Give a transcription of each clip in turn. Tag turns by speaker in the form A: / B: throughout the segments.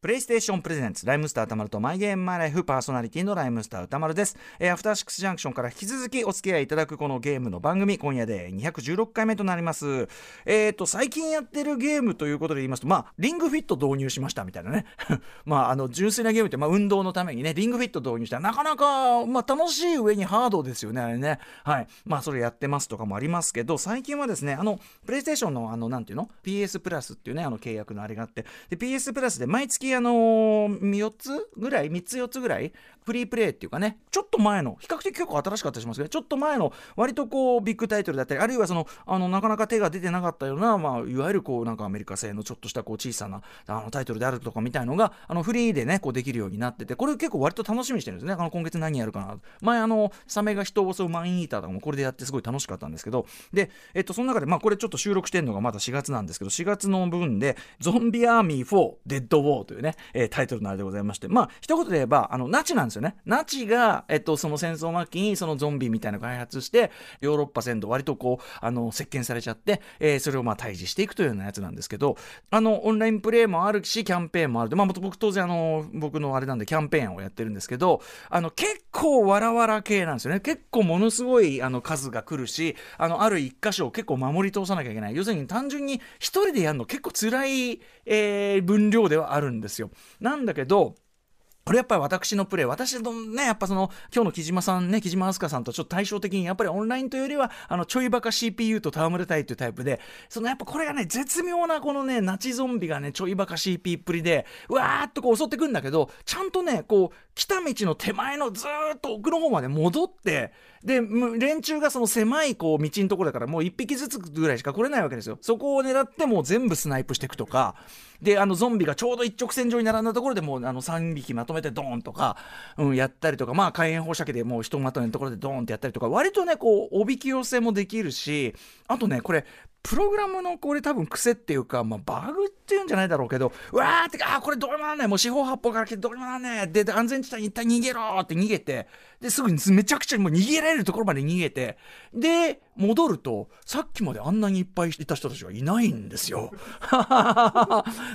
A: プレイステーションプレゼンツ、ライムスター歌丸とマイゲームマイライフパーソナリティのライムスター歌丸です。えーアフターシックスジャンクションから引き続きお付き合いいただくこのゲームの番組、今夜で216回目となります。えっ、と、最近やってるゲームということで言いますと、まあ、リングフィット導入しましたみたいなね。 まあ、あの、純粋なゲームって、まあ、運動のためにね、リングフィット導入したら、なかなか、まあ、楽しい上にハードですよね、あれね。はい。まあ、それやってますとかもありますけど、最近はですね、あの、プレイステーションの、あの、なんていうの ?PS プラスっていうね、あの、契約のあれがあって、で、PS プラスで毎月、あのー、4つぐらい、3つ4つぐらい、フリープレイっていうかね、ちょっと前の、比較的結構新しかったりしますけど、ちょっと前の、割とこう、ビッグタイトルだったり、あるいはその、あの、なかなか手が出てなかったような、まあ、いわゆるこう、なんかアメリカ製のちょっとしたこう、小さな、あの、タイトルであるとかみたいのが、あの、フリーでね、こう、できるようになってて、これ結構割と楽しみにしてるんですね。あの、今月何やるかな。前、あの、サメが人を襲うマンイーターとかもこれでやってすごい楽しかったんですけど、で、えっと、その中で、まあ、これちょっと収録してるのがまだ4月なんですけど、4月の分で、ゾンビアーミー4、デッドウォーというね、えータイトルのあれでございまして、まあ、一言で言えば、あの、ナチなんですよね。ナチが、えっと、その戦争末期にそのゾンビみたいなのを開発して、ヨーロッパ全土割とこう、あの、席巻されちゃって、えーそれをまあ、対峙していくというようなやつなんですけど、あの、オンラインプレイもあるし、キャンペーンもあるで、まあ、僕当然あの、僕のあれなんでキャンペーンをやってるんですけど、あの、結構わらわら系なんですよね。結構ものすごい、あの、数が来るし、あの、ある一箇所を結構守り通さなきゃいけない。要するに単純に一人でやるの結構辛い、えー分量ではあるんですよ。なんだけど、これやっぱり私のプレイ、私のね、やっぱその、今日の木島さんね、木島明日香さんとちょっと対照的に、やっぱりオンラインというよりは、あの、ちょいバカ CPU と戯れたいというタイプで、そのやっぱこれがね、絶妙なこのね、ナチゾンビがね、ちょいバカ CP っぷりで、うわーっとこう襲ってくんだけど、ちゃんとね、こう、来た道の手前のずーっと奥の方まで戻って、で、む連中がその狭いこう、道のところだから、もう一匹ずつぐらいしか来れないわけですよ。そこを狙ってもう全部スナイプしていくとか、で、あの、ゾンビがちょうど一直線上に並んだところでもう、あの、3匹まとめてドーンとか、うん、やったりとか、まあ、火炎放射器でもうひとまとめのところでドーンってやったりとか、割とね、こう、おびき寄せもできるし、あとね、これ、プログラムのこれ多分癖っていうか、まあ、バグっていうんじゃないだろうけど、うわーって、あーこれどうにもなんない。もう四方八方から来てどうにもなんない。で、で安全地帯に一旦逃げろーって逃げて、で、すぐにめちゃくちゃもう逃げられるところまで逃げて、で、戻ると、さっきまであんなにいっぱいいた人たちがいないんですよ。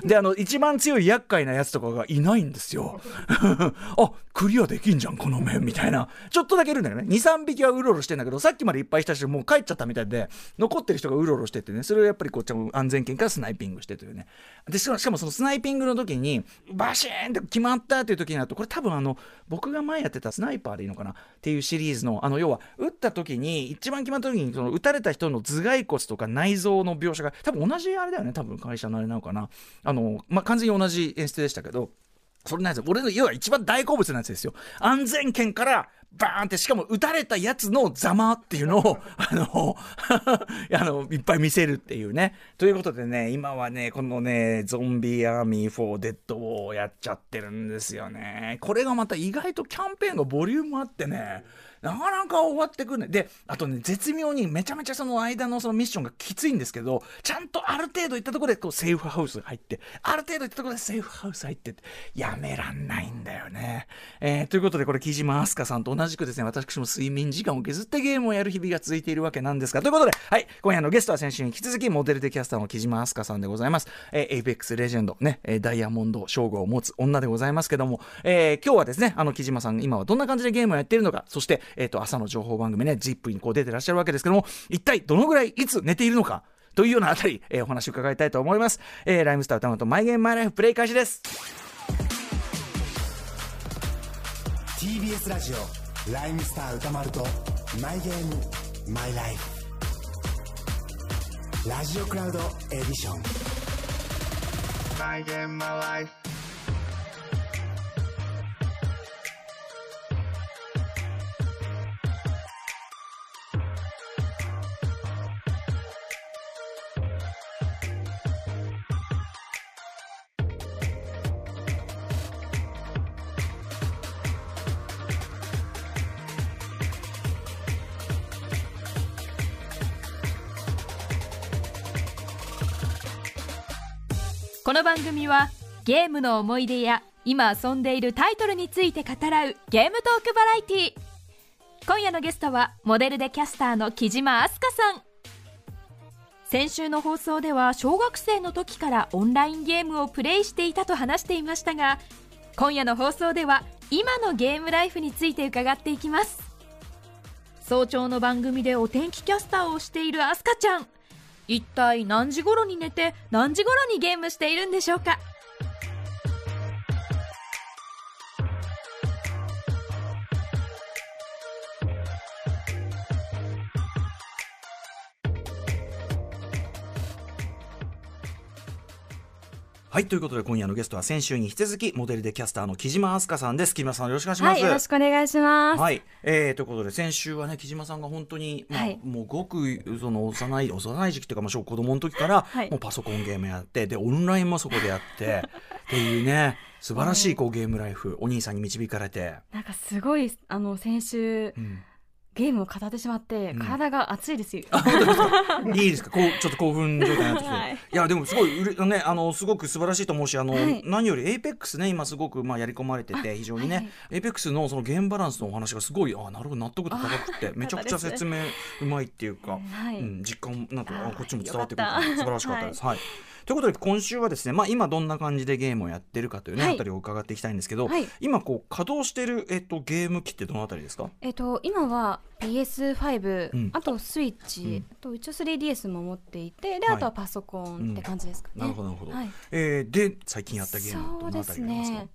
A: で、あの、一番強い厄介なやつとかがいないんですよ。 あ、クリアできんじゃん、この面、みたいな。ちょっとだけいるんだけどね。2、3匹はうろうろしてんだけど、さっきまでいっぱいした人もう帰っちゃったみたいで、残ってる人がうろうろしててね、それをやっぱりこっちも安全圏からスナイピングしてというね。で、しかもしかもそのスナイピングの時に、バシーンって決まったっていう時になると、これ多分あの、僕が前やってたスナイパーでいいのかなっていうシリーズの、あの、要は、撃った時に、一番決まった時に、その撃たれた人の頭蓋骨とか内臓の描写が、多分同じあれだよね、多分会社のあれなのかな。あの、まあ、完全に同じ演出でしたけど、それなんですよ。俺の、要は一番大好物なやつですよ。安全圏から、バーンって、しかも撃たれたやつのざまっていうのを、 あの、あの、いっぱい見せるっていうね。ということでね、今はね、このね、ゾンビアーミー4デッドウォーをやっちゃってるんですよね。これがまた意外とキャンペーンがボリュームあってね、なかなか終わってくるね。で、あとね、絶妙にめちゃめちゃその間のそのミッションがきついんですけど、ちゃんとある程度行ったところでこうセーフハウス入って、ある程度行ったところでセーフハウス入ってって、やめらんないんだよね。えーということで、これ、木島明日香さんと同じくですね、私も睡眠時間を削ってゲームをやる日々が続いているわけなんですが、ということで、はい、今夜のゲストは先週に引き続き、モデルでキャスターの木島明日香さんでございます。えー、エイペックスレジェンド、ね、えーダイヤモンド称号を持つ女でございますけども、えー今日はですね、あの、木島さん、今はどんな感じでゲームをやっているのか、そして、えっ、と、朝の情報番組ね、ZIP にこう出てらっしゃるわけですけども、一体どのぐらいいつ寝ているのか、というようなあたり、えーお話を伺いたいと思います。えーライムスター歌うとマイゲームマイライフプレイ開始です。
B: TBS ラジオライムスター歌丸とマイゲームマイライフラジオクラウドエディション
C: my game, my life.
D: この番組はゲームの思い出や今遊んでいるタイトルについて語らうゲームトークバラエティー今夜のゲストはモデルでキャスターの木島明日香さん先週の放送では小学生の時からオンラインゲームをプレイしていたと話していましたが今夜の放送では今のゲームライフについて伺っていきます早朝の番組でお天気キャスターをしているアスカちゃん一体何時頃に寝て何時頃にゲームしているんでしょうか
A: はいということで今夜のゲストは先週に引き続きモデルでキャスターの木島明日香さんです木島さんよろしくお願いします、
E: はい、よろしくお願いします。
A: はい、えー、ということで先週はね木島さんが本当に、まあ
E: はい
A: もうごくその幼い幼い時期というか、まあ、小子供の時から、
E: はい
A: もうパソコンゲームやってでオンラインもそこでやってっていうね素晴らしいこうゲームライフお兄さんに導かれて、
E: なんかすごい、あの、先週、
A: うん
E: ゲームを語ってしまって、
A: うん
E: 体が熱いですよ。
A: いいですかこうちょっと興奮状態になってきて、
E: はい
A: い、やでもすごいうれねあのすごく素晴らしいと思うしあの、
E: はい
A: 何よりエイペックスね今すごくまあやり込まれてて非常に
E: はい
A: ね、エイペックスのそのゲームバランスのお話がすごいあなるほど納得度高くてめちゃくちゃ説明うまいっていうか。
E: はい。
A: うん、実感なんか
E: あ
A: あ
E: ー
A: こっちも伝わってくる
E: よかった
A: 素晴らしかったです。はいということで今週はですね、まあ、今どんな感じでゲームをやってるかというね、
E: はい
A: あたりを伺っていきたいんですけど、
E: はい
A: 今こう稼働してる、えっと、ゲーム機ってどのあたりですか
E: えっと、今は PS5、
A: うん
E: あとスイッチ、
A: うん
E: あと一応 3DS も持っていて、で、
A: はい
E: あとはパソコンって感じですかね。
A: なるほどなるほど、
E: はい。
A: えーで最近やったゲーム
E: そ
A: ど
E: う
A: の
E: で
A: あた
E: す
A: りがありますか
E: ね。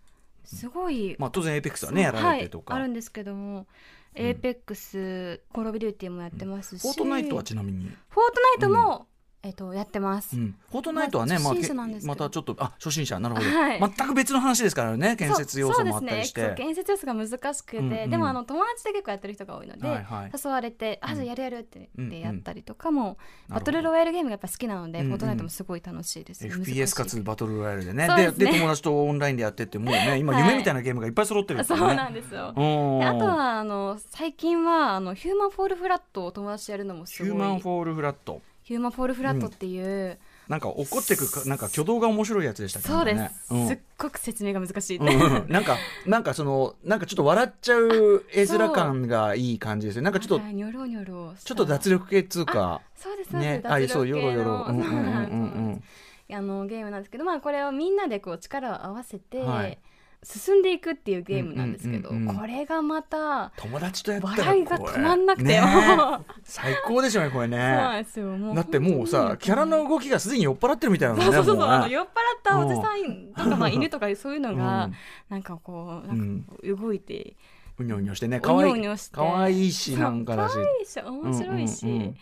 E: すごい。
A: まあ、当然エイペックスはねやられてるとか、
E: はい、あ
A: フォ
E: るんですけども、
A: うん
E: エーペックス、コールオブデューティーもやってますし、
A: ートナイトはちなみに、
E: フォートナイトも、えっと、やってます
A: う。ん、フォートナイトはね、まあ
E: まあ
A: け
E: 初心者なんですけど
A: またちょっとあ初心者なるほど、
E: はい
A: 全く別の話ですからね建設要素もあったりして
E: そうそうですねそう建設要素が難しくて、
A: うんうん
E: でもあの友達で結構やってる人が多いので、
A: はいはい
E: 誘われて「
A: う
E: あ
A: ん
E: じゃあやるやる」って
A: うん
E: 言っ
A: うん
E: てやったりとかも、
A: なるほど
E: バトルロワイヤルゲームがやっぱ好きなので
A: う
E: 「
A: んうん
E: フォートナイト」もすごい楽しいです、難し
A: FPS
E: い
A: かつバトルロイヤルでね
E: そう
A: で
E: ですね
A: で友達とオンラインでやってってもうね今
E: はい
A: 夢みたいなゲームがいっぱい揃ってる
E: あ
A: か
E: そ
A: ら
E: う
A: ね
E: なんですよ、
A: うん
E: であとはあの最近はあのヒューマンフォールフラットを友達とやるのもす
A: ヒ
E: ごい
A: ューマンフォールフラット
E: ヒューマンフォールフラットっていう、
A: なんか怒ってくかなんか挙動が面白いやつでしたけ
E: そ
A: ど
E: うです、
A: ね
E: すっごく説明が難しい、
A: うんうんなんかなんかそのなんかちょっと笑っちゃう絵面感がいい感じですねなんかちょっと
E: はいニョロニョロ
A: ちょっと脱力系っつうか
E: そうですそうで
A: ね
E: す、
A: あ
E: 脱力系の
A: そうよろよろうんうんうん
E: そうなん
A: う
E: です
A: んうん
E: あのゲームなんですけど、まあ、これをみんなでこう力を合わせて、
A: はい
E: 進んでいくっていうゲームなんですけど、
A: うんうんうんうん
E: これがまた
A: 友達とやったら
E: 笑いが
A: これ
E: 止まんなくて、
A: ね
E: もう
A: 最高でしょうねこれ
E: そう な
A: ね
E: んですよもう
A: だってもうさキャラの動きがすでに酔っ払ってるみたいなの
E: そ
A: ね
E: うそうそう
A: も
E: そうう
A: ね
E: あの酔っ払ったおじさんとか、まあ、犬とかそういうのが、
A: うん
E: なんかこ
A: う
E: うなんか
A: ん
E: 動いて、
A: うにょうにょしてね可
E: う
A: 愛
E: に
A: い
E: ょうにょして
A: 可愛いしなんかだし
E: 可愛いし面白いし、
A: うんうんうん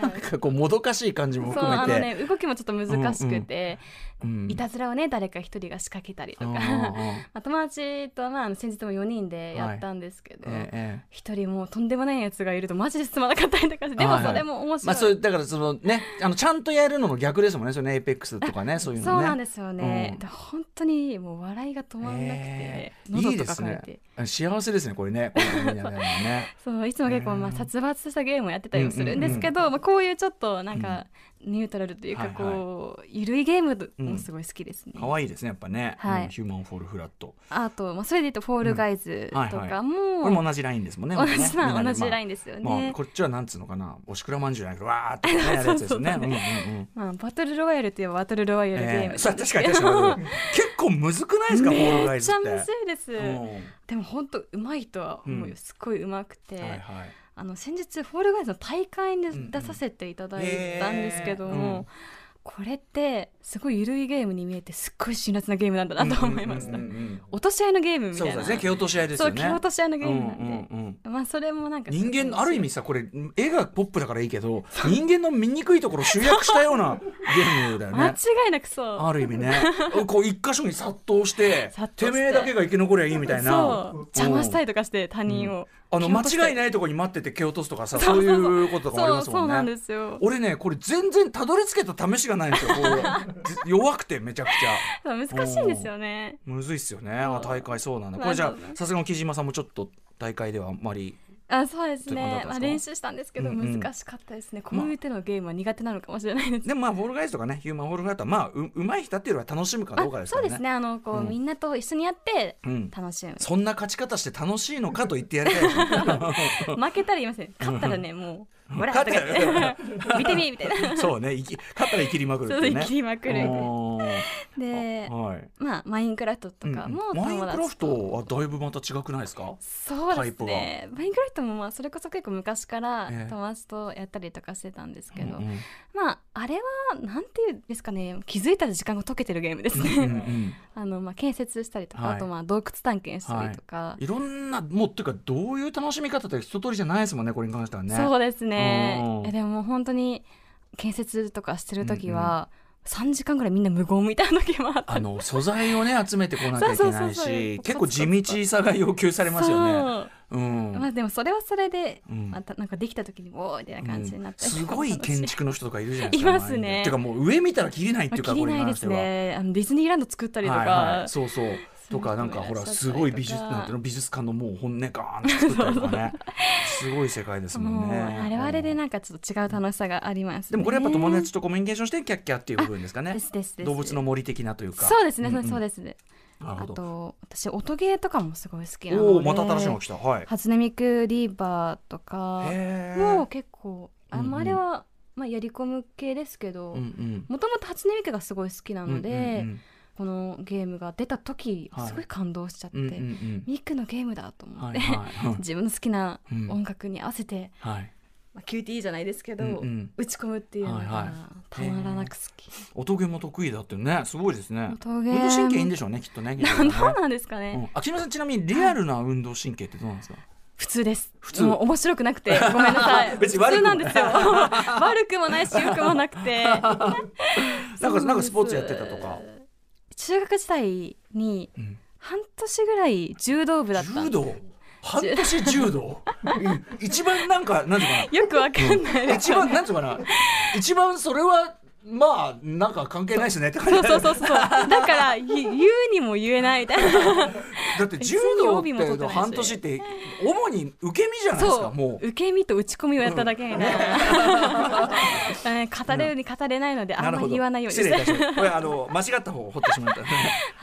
A: なんかこうもどかしい感じも
E: そう
A: 含
E: あ
A: め
E: の
A: て
E: ね動きもちょっと難しくて、
A: うん
E: いたずらをね誰か一人が仕掛けたりと
A: う
E: か、
A: んうん
E: ま
A: うん
E: あ、友達と、まああの、先日も4人でやったんですけど、
A: ええええ
E: 一人もうとんでもないやつがいるとマジで進まなかったりとかしてで
A: は
E: も
A: いはい
E: それも面
A: ま
E: 白
A: あ
E: い、
A: そういうだからそのねあのちゃんとやるのの逆ですもんねそれねエイペックスとかねそういうのね
E: そうなんですよね、
A: うん
E: で本当にもう笑いが止まんなくて、
A: ええいい
E: 喉
A: で
E: とか
A: す
E: かいて
A: ね幸せですねこれ ねこういうのみんなでやるのね
E: そういつも結構まあ殺伐したゲームをやってたりもするんですけど、まあ、こういうちょっとなんかニュートラルという
A: は
E: か
A: いはい
E: こう、ゆるいゲームもすごい好きですね、
A: 可愛いですねやっぱね、
E: はい
A: うんヒューマンフォールフラット
E: あと、まあ、それで言うと「フォールガイズ」
A: うんはい
E: と
A: はい
E: かも,、
A: これも同じラインですもんね
E: 同じ
A: まあね
E: 同じライ
A: ン
E: ンですよね、
A: まあまあこっちはなんつうのかなおしくらまんじゅうじゃなくてわーっとね やるやつですねうんうんうん
E: まあ、バトルロワイヤルといえばバトルロワイヤルゲームなん
A: え
E: で
A: え
E: す
A: さ
E: けど、
A: 確かに確かに結構むずくないですかボールガイ
E: めっ
A: ズ
E: ち
A: っ
E: ゃ
A: て
E: むずいです、
A: うん
E: でも本当うまいとは思うよ、
A: うん
E: すっごいうまくて、
A: はいはい
E: あの先日フォールガイズの大会に
A: んうん
E: 出させていただいたんですけども、
A: へーうん
E: これってすごい緩いゲームに見えてすっごい辛辣なゲームなんだなと思いました、
A: うんうんうん
E: 落とし合いのゲー
A: う
E: ム
A: ん
E: み
A: そ
E: た
A: う
E: いな
A: ですね蹴落とし合いです
E: そ
A: よ
E: う
A: ね
E: 蹴落とし合いのゲームなんで、
A: うんうんうん
E: まあそれもなんか
A: 人間のある意味さこれ絵がポップだからいいけど人間の醜いところを集約したようなゲームだよ
E: 間
A: ね
E: 違いなくそう
A: ある意 味ねこう一箇所に殺到して
E: 殺到して
A: てめえだけが生き残りゃいいみたいな
E: そう邪魔した
A: い
E: りとかして他人を、
A: あの
E: 蹴落とした
A: 間違い
E: り
A: ないところに待ってて蹴落とすとかさそういうこととかもありま
E: そう
A: す
E: そ
A: も
E: うんなん
A: ね
E: ですよ
A: 俺ねこれ全然たどり着けた試しがないんですよこ う弱くてめちゃくちゃ
E: 難しいんですよね
A: むずいっすよねあ大会そうなんだ
E: まあ
A: これじゃ
E: そうだ
A: あさすがの木島さんもちょっと大会ではあんまり
E: あそうです
A: そういう
E: ね
A: こ、とだった
E: まあ、
A: んで
E: 練
A: す
E: 習したんですけ
A: う
E: ど
A: んうん
E: 難しかったですね、こういう手のゲームは苦手なのかもしれないです、
A: でもまあホールガイズとかねヒューマンホールガイズとはまあううまい人っていうよりは楽しむかどうか
E: あ
A: です
E: そ
A: か
E: う
A: らね
E: ですねあのこう、
A: うん
E: みんなと一緒にやって
A: うん
E: 楽しむ
A: そんな勝ち方して楽しいのかと言ってやりたい ですね
E: 負けたら言いません勝ったらねもう「ほら!」
A: 勝
E: とか
A: ったら
E: 言って「見てみ!」みたい な
A: そうね生き勝ったら生きりまくるって
E: そ
A: いううね
E: 切りまくる
A: おー
E: で
A: はい
E: まあマインクラフトと
A: うん
E: かも
A: マイン
E: 友
A: クラ
E: 達
A: フ
E: と、
A: トはだいぶまた違くないですか
E: そうですねマインクラフトもまあそれこそ結構昔から
A: ええ
E: 友達とやったりとかしてたんですけ
A: うん
E: ど、まああれはなんていうんですかね気づいたら時間が解けてるゲームですね、
A: うんうんうん
E: あのまあ建設したりとか、
A: はい
E: あとまあ洞窟探検したりとか、
A: いろんなもうっていうかどういう楽しみ方って一通りじゃないですもんねこれに関してはね
E: そうです
A: うん
E: ねいやでももう本当に建設とかしてる時は、3時間ぐらいみんな無言みたいな時もあった
A: あの素材をね集めてこなきゃいけない
E: そうそうそうそ
A: し
E: う
A: 結構地道さが要求されますよね。
E: そう
A: うん
E: まあでもそれはそれで、
A: うん
E: またなんかできた時におーみたいな感じにな ったり
A: す
E: とか
A: ごい建
E: も
A: 築の人とかいるじゃないですか。
E: いますね
A: てかもう上見たら切れないって
E: ま
A: い
E: あ
A: うか、
E: 切
A: こ
E: り
A: れに
E: な
A: 関
E: いで
A: して
E: す
A: は。
E: ねあのディズニーランド作ったりとか、
A: はいはい、そうそう。と
E: う
A: かなんかほら
E: そういう人もいらっしゃっ
A: すごい美術
E: たりとか
A: なんていうの美術館のもう本音ガーンって作ったりとか ねすごい世界ですも
E: も
A: ん
E: う
A: ね。
E: あれはあれでなんかちょっと違う楽しさがあります、ね、
A: でもこれやっぱ友達とコミュニケーションしてキャッキャっていう部分ですかね
E: ですですです
A: 動物の森的なというか
E: そうですね、
A: んん
E: そうですね
A: なる
E: あ
A: ほど
E: と私音ゲーとかもすごい好きなので
A: おおまた新しいのが来たはい
E: 初音ミクリーバーとか
A: へー
E: もう結構あ,、
A: うんうん
E: あれは、まあ、やり込む系ですけど
A: うんうん
E: もともと初音ミクがすごい好きなので、
A: うん
E: このゲームが出た時
A: はい
E: すごい感動しちゃって、
A: うんうんうんうん
E: ミクのゲームだと思
A: は
E: っ て、
A: いはいはい
E: 自分の好きな
A: うん
E: 音楽に合わせて、
A: はい
E: まあ、キューティーじゃないですけど、
A: うんうん
E: 打ち込むっていうの
A: はいは
E: がたまらなく好き。
A: 音ゲーも得意だってねすごいですね
E: 音ゲー
A: 運動神経いいんでしょうねきっとね
E: どう なんですかね、
A: うん、あきみさんちなみにリアルな運動神経ってどうなんですか、
E: 普通です
A: 普通
E: もう面白くなくてごめんなさい
A: 別に悪く
E: 普通
A: も
E: なんですよ 悪くもないし良くもなく て
A: なんか
E: そうです
A: なんかスポーツやってたとか、
E: 中学時代に
A: うん
E: 半年ぐらい柔道部だった
A: 柔道半年柔道うん一番なんかなんていう
E: よくわかん
A: か
E: ない、
A: な、一番なんていうかな一番それはまあなんか関係ないですねって感
E: そ
A: じ
E: うそうそうそうだからゆ言うにも言えないみたいな
A: だって柔道っていうと半年って主に受け身じゃないです
E: そ
A: か
E: う
A: もう
E: 受け身と打ち込みをやっただけみたい な、ね、語れるに語れないのであんまり言わないように
A: 失
E: し
A: 礼いた
E: て
A: しましたこれあの間違った方を掘ってしまった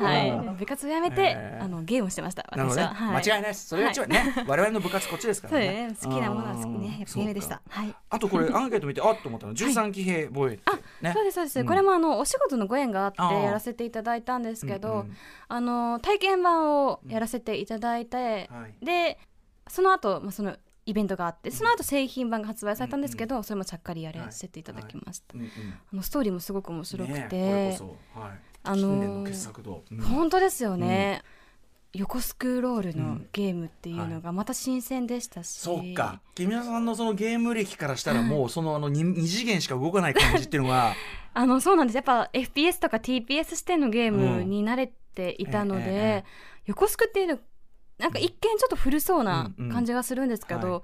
E: はい部活をやめて、
A: へー
E: あのゲームをしてました
A: なるほ
E: 私
A: どね
E: は、、はい、
A: 間違いないですそれが一番ね、我々の部活こっちですか
E: そう
A: ら
E: だよ
A: ね
E: ね好きなものは好きねやっぱゲームでし
A: そう
E: た
A: か
E: はい
A: あとこれアンケート見てあっと思ったの13騎兵防衛ってね
E: そうですそうです、
A: うん
E: これもあのお仕事のご縁があって
A: あー
E: やらせていただいたんですけど、
A: うんうん
E: あの体験版をやらせていただいて、
A: はい
E: でその後、まあそのイベントがあってその後製品版が発売されたんですけど、それもちゃっかりやらせていただきました、
A: うんうん
E: あのストーリーもすごく面白く
A: ね
E: て、
A: えこれこそ、はい、
E: あのー
A: 近年の傑作度、うん
E: 本当ですよね、横スクロールのゲームっていう
A: うん
E: のがまた新鮮でしたし、
A: そっか君さんのそのゲーム歴からしたらもうそのあの 2, 二次元しか動かない感じっていうのが
E: あのそうなんですやっぱ FPS とか TPS 視点のゲームに慣れていたので、
A: うんええええ
E: 横スクっていうのなんか一見ちょっと古そうな
A: うんうん
E: 感じがするんですけど、
A: はい
E: な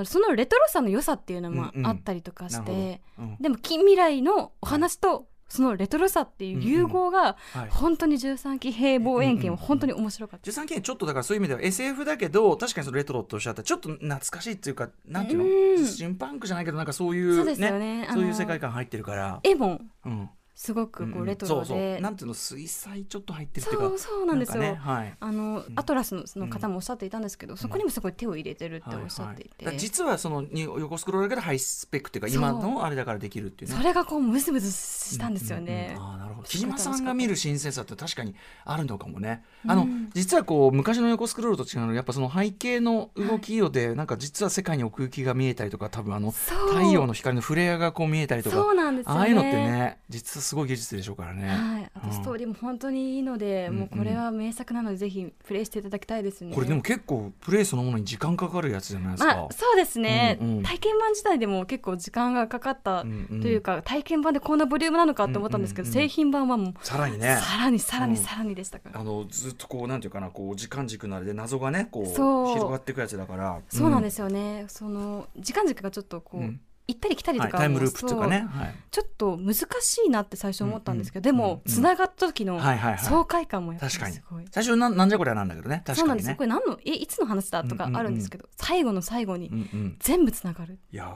E: のでそのレトロさの良さっていうのも
A: うんうん
E: あったりとか し
A: な
E: て、
A: るほど、うん
E: でも近未来のお話とそのレトロさっていう融合が
A: はい、
E: 本当に13期平望遠鏡は本当に面白かった、
A: 13件ちょっとだからそういう意味では SF だけど確かにそのレトロっておっしゃったちょっと懐かしいっていうかなんていう
E: う
A: の
E: ん
A: 新パンクじゃないけどなんかそういう
E: そうですよねあの
A: そういう世界観入ってるから、
E: 絵も
A: うん、
E: すごくこ
A: うん
E: う
A: う
E: レ
A: ん
E: ト
A: そ
E: ロ
A: うそう
E: で
A: なんていうの水彩ちょっと入ってるっていうか
E: そうそうなんですよ、
A: なんかねはい
E: あのアトラスのその方もおっしゃっていたんですけど、そこにもすごい手を入れてるっておっしゃっていて、
A: はいはいだから実はそのに横スクロールだけどハイスペックっていうか
E: そう
A: 今のあれだからできるっていうね
E: それがこうムズムズしたんですよね。
A: うんうんうんあーなるほど木
E: 仕方
A: 島
E: の仕
A: さ
E: 方
A: んが見る新鮮さって確かにあるのかもね。あの、実はこう昔の横スクロールと違うのはやっぱその背景の動きよで、なんか実は世界に奥行きが見えたりとか多分あの
E: そう
A: 太陽の光のフレアがこう見えたりとか
E: そうなんですよね
A: ああいうのってね実はすごい技術でしょうからね。
E: はい、あ
A: う
E: と
A: ん
E: ストーリーも本当にいいので、
A: うん
E: もうこれは名作なのでぜひプレイしていただきたいですね。
A: これでも結構プレイそのものに時間かかるやつじゃないですか。
E: まあそうですね、
A: うんうん
E: 体験版自体でも結構時間がかかったと
A: んうん
E: いうか、体験版でこんなボリュームなのかって思ったんですけど、
A: うんうんうん
E: 製品版はもう
A: さらにね。
E: さらにさら
A: うん
E: にさらにでしたから、
A: あのずっとこうなんていうかなこう時間軸のあれで謎がねこう
E: そう
A: 広がっていくやつだから、
E: そうなんですすよね、その時間軸がちょっとこう、
A: うん
E: 行ったり来たりと
A: はい、
E: か、
A: タイムループっていうかね、はい
E: そうちょっと難しいなって最初思ったんですけど、
A: うんうん
E: で
A: うん
E: もつながった時の
A: はいはいはい
E: 爽快感もやっぱりす
A: 確
E: ご
A: か
E: い、
A: に最初なんなんじゃこりゃなんだけどね確
E: そ
A: か
E: うなんで
A: に
E: すよ
A: ね
E: これ何のえいつの話だとかあるんですけど、最後の最後に
A: うんうん
E: 全部つながる、
A: いやー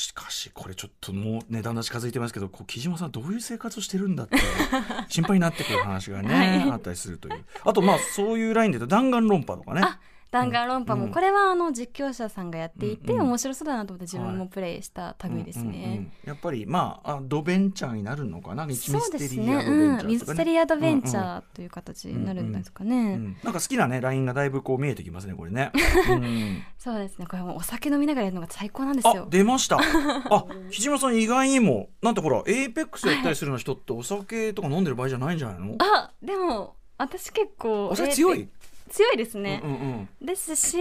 A: しかしこれちょっともう値段が近づいてますけどこう木島さんどういう生活をしてるんだって 心配になってくる話がね、
E: はい
A: あったりするというあとまあそういうラインで言うと弾丸論破とかね
E: あ弾丸論破も、
A: うん
E: これはあの実況者さんがやっていて、
A: うんうん
E: 面白そうだなと思って自分もプレイした類ですね、
A: うんうんうんやっぱりまああドベンチャーになるのかなミス
E: そう
A: テ
E: で
A: リ
E: す
A: ー
E: ね
A: ア、ドベンチャーとかね
E: うん、ミステリーアドベンチ
A: うんうん
E: ャーという形になるんですかね、
A: うんなんか好きなねラインがだいぶこう見えてきますねこれ ね、うん
E: そうですねこれはもうお酒飲みながらやるのが最高なんです
A: あ
E: よ
A: 出ましたあ木島さん意外にもなんてほらエイペックスやったりするような人ってお酒とか飲んでる場合じゃないんじゃないの
E: あでも私結構
A: お酒強
E: えー
A: い、
E: 強いですね
A: う、んうん
E: ですし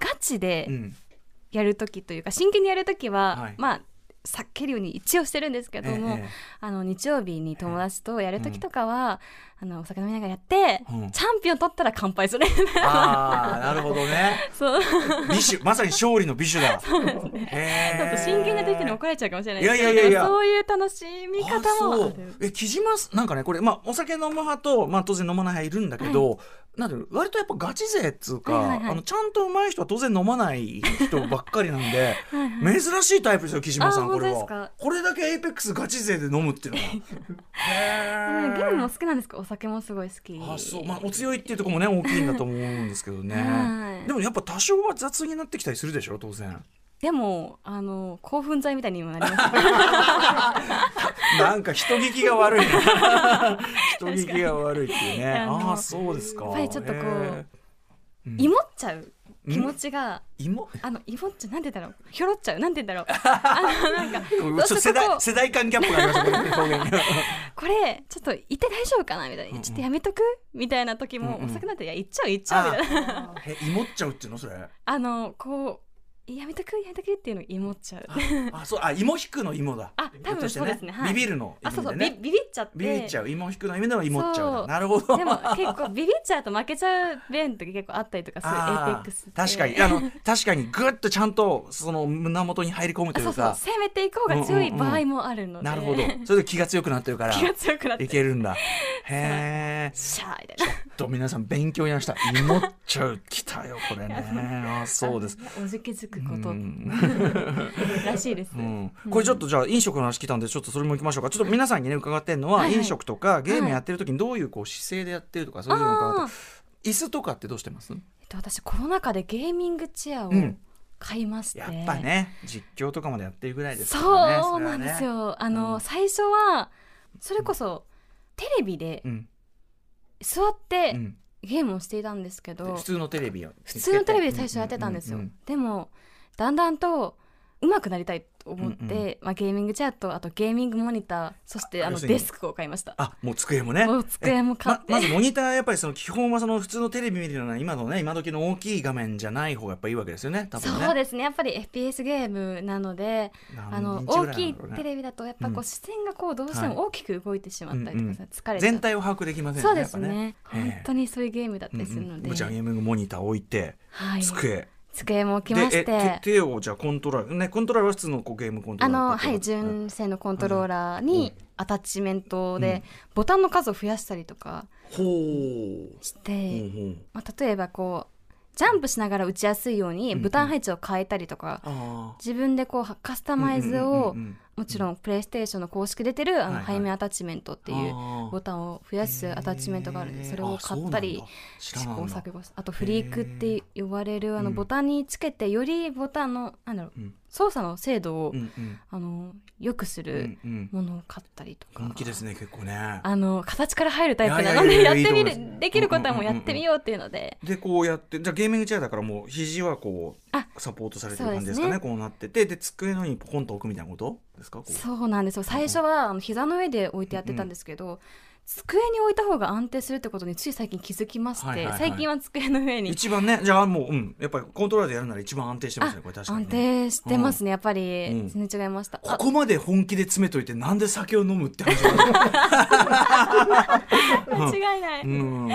E: ガチ
A: うんう
E: で
A: ん
E: やる時というか真剣にやる時は、
A: はい
E: まあ避けるように一応してるんですけども、
A: ええええ
E: あの日曜日に友達とやる時とかは、あのお酒飲みながらやって、
A: うん
E: チャンピオン取ったら乾杯する
A: ああなるほどね
E: そう
A: 美酒まさに勝利の美酒だ へー
E: ちょっと真剣な時に怒られちゃうかもしれないですけど
A: いやいやいやいや
E: でもそういう楽しみ
A: あ
E: 方もあ
A: そう
E: る
A: え木島すなんかねこれ、まあ、お酒飲む派と、まあ、当然飲まない派いるんだけど、なんていうの割とやっぱガチ勢っつうか、
E: はいはいはい
A: あのちゃんと上手い人は当然飲まない人ばっかりなんで
E: はい
A: 珍しいタイプですよ木島さん
E: あ
A: これ
E: 本当です
A: は
E: か
A: これだけエイペックスガチ勢で飲むっていう のは
E: うんゲ
A: へ
E: ームも
A: ー
E: 好きなんですけどお酒もすごい好き
A: あそうまあ、お強いっていうところもね大きいんだと思うんですけどね、
E: はい
A: でもやっぱ多少は雑になってきたりするでしょ当然
E: でもあの興奮剤みたいに今なり ました
A: なんか人聞きが 悪いな人聞きが悪いっていうね
E: あの
A: ああそうですか
E: やっぱりちょっとこう
A: へー
E: イモっちゃう気持
A: ち
E: ちが
A: 芋
E: あのイモっちゃうなんて言うんだろうひょろっちゃうなんて言うんだろうあのなんか
A: ちょっと世代世代間ギャップがありますね表現が
E: これちょっといて大丈夫かなみたいなちょっとやめとくみたいな時も、
A: うんうん
E: お酒なんていや行っちゃう行っちゃうみたいな
A: あーえ芋っちゃうっていうのそれ
E: あのこうやめとくやめとくっていうのイモっちゃう
A: あそうあ芋引くの芋だ
E: あ
A: ひ
E: 多分
A: ょっとして
E: そうですねはい
A: ビビるの
E: あそうそう、
A: 意味でね
E: ビビビっちゃって
A: ビビっちゃう芋引くの意味では芋っちゃう
E: そ
A: だ
E: う
A: なるほど
E: でも結構ビビっちゃうと負けちゃう例の時結構あったりとかするエ
A: あ
E: イ
A: ー
E: ペックスって
A: 確かにあの確かにグッとちゃんとその胸元に入り込むと
E: あ
A: い
E: そう
A: う
E: そう
A: か
E: 攻めていく方が強い場合もあるので、
A: なるほどそれで気が強くなってるから
E: 気が強くなって
A: いけるんだへえ
E: シャーみたいな
A: と皆さん勉強になりました芋っちゃうきたよこれねあそうです
E: おじけづく
A: う
E: こ
A: ん
E: とらしいです、
A: うんこれちょっとじゃあ飲食の話来たんでちょっとそれも行きましょうかちょっと皆さんにね伺ってるのは
E: はいはい
A: 飲食とかゲームやってる時にどういうこう姿勢でやってるとかそういうのか
E: あ
A: な
E: ー
A: と椅子とかってどうしてます
E: えっと私コロナ禍でゲーミングチェアを
A: うん
E: 買いまして、
A: やっぱね実況とかまでやってるぐらいですからね
E: そうなんです
A: れはね
E: よ、あの、
A: うん
E: 最初はそれこそテレビで
A: うん
E: 座っ
A: う
E: て
A: ん
E: ゲームをしていたんですけど、
A: 普通のテレビを
E: 普通のテレビで最初やってたんですよ、
A: うう
E: でもだんだんと上手くなりたいと思って、
A: うんう
E: まあ、ゲーミングチェアとあとゲーミングモニターそしてあ
A: 要
E: の
A: するに
E: デスクを買いました
A: あもう机もね
E: もう机も買って
A: ままずモニターやっぱりその基本はその普通のテレビ見るような今のね今時の大きい画面じゃない方がやっぱいいわけですよね多分ね
E: そうですねやっぱり FPS ゲームなのであ
A: 何
E: の
A: インチぐ
E: 大
A: ら
E: き
A: ないんだろうね
E: テレビだとやっぱこ
A: う
E: うん視線がこうどうしても大きく動いてしまったりとか
A: う
E: さ、
A: ん
E: 疲れちゃう
A: 全体を把握できません
E: そうですね
A: やっぱね
E: 本当にそういうゲームだった
A: うんう
E: り
A: ん
E: するので、
A: もうじゃあゲームモニター置いて、
E: はい、
A: 机
E: 机も置きまし
A: でえ
E: て
A: 手手をじゃあコントローラーねコントローラーは普通のこうゲームコント
E: あ
A: ローラー
E: の
A: だった
E: は
A: りとか
E: い
A: うん
E: 純正のコントローラーにアタッチメントでボタンの数を増やしたりとか
A: ほ
E: して、
A: う、ほうほう
E: まあ、例えばこうジャンプしながら打ちやすいように
A: うん
E: ボタン配置を変えたりとか、
A: あ
E: 自分でこうカスタ
A: あ
E: マイ
A: うん
E: ズを
A: うんうんうん
E: もちろんプレイステーションの公式出てる
A: はい
E: あの
A: はい
E: 背面アタッチメントっていう
A: あー
E: ボタンを増やすアタッチメントがあるんでそれを買ったり
A: あそう
E: 試
A: なんだ知らな
E: 行
A: んだ
E: 錯誤したあとフリークって呼ばれるあの
A: うん
E: ボタンにつけてよりボタンのなんだろう
A: うん
E: 操作の精度を
A: うんうん
E: あの良くす
A: う
E: る
A: んうん
E: ものを買ったりとか
A: 本気ですね結構ね
E: あの形から入るタイプないの
A: やいや
E: で
A: いや
E: やってみ
A: いいと思います
E: るできることはもうやってみようっていうので
A: でこうやってじゃあゲーミングチェアだからもう肘はこ
E: あ
A: うサポートされてる感じですか
E: そ
A: ね
E: うで
A: こうなっててで机の上にポコンと置くみたいなことですかこう
E: そうなんですよ最初はあの膝の上で置いてやってたんですけど、机に置いた方が安定するってことについ最近気づきまして、
A: はいはいはい
E: 最近は机の上に
A: 一番ねじゃあもう、うん、やっぱりコントローラーでやるなら一番安定してますねこれ確かに
E: 安
A: ね、
E: 定してますね、やっぱり
A: うん
E: 全然違いました、
A: ここまで本気で詰めといてなんで酒を飲むって話なんだ
E: あ間違いない、
A: うん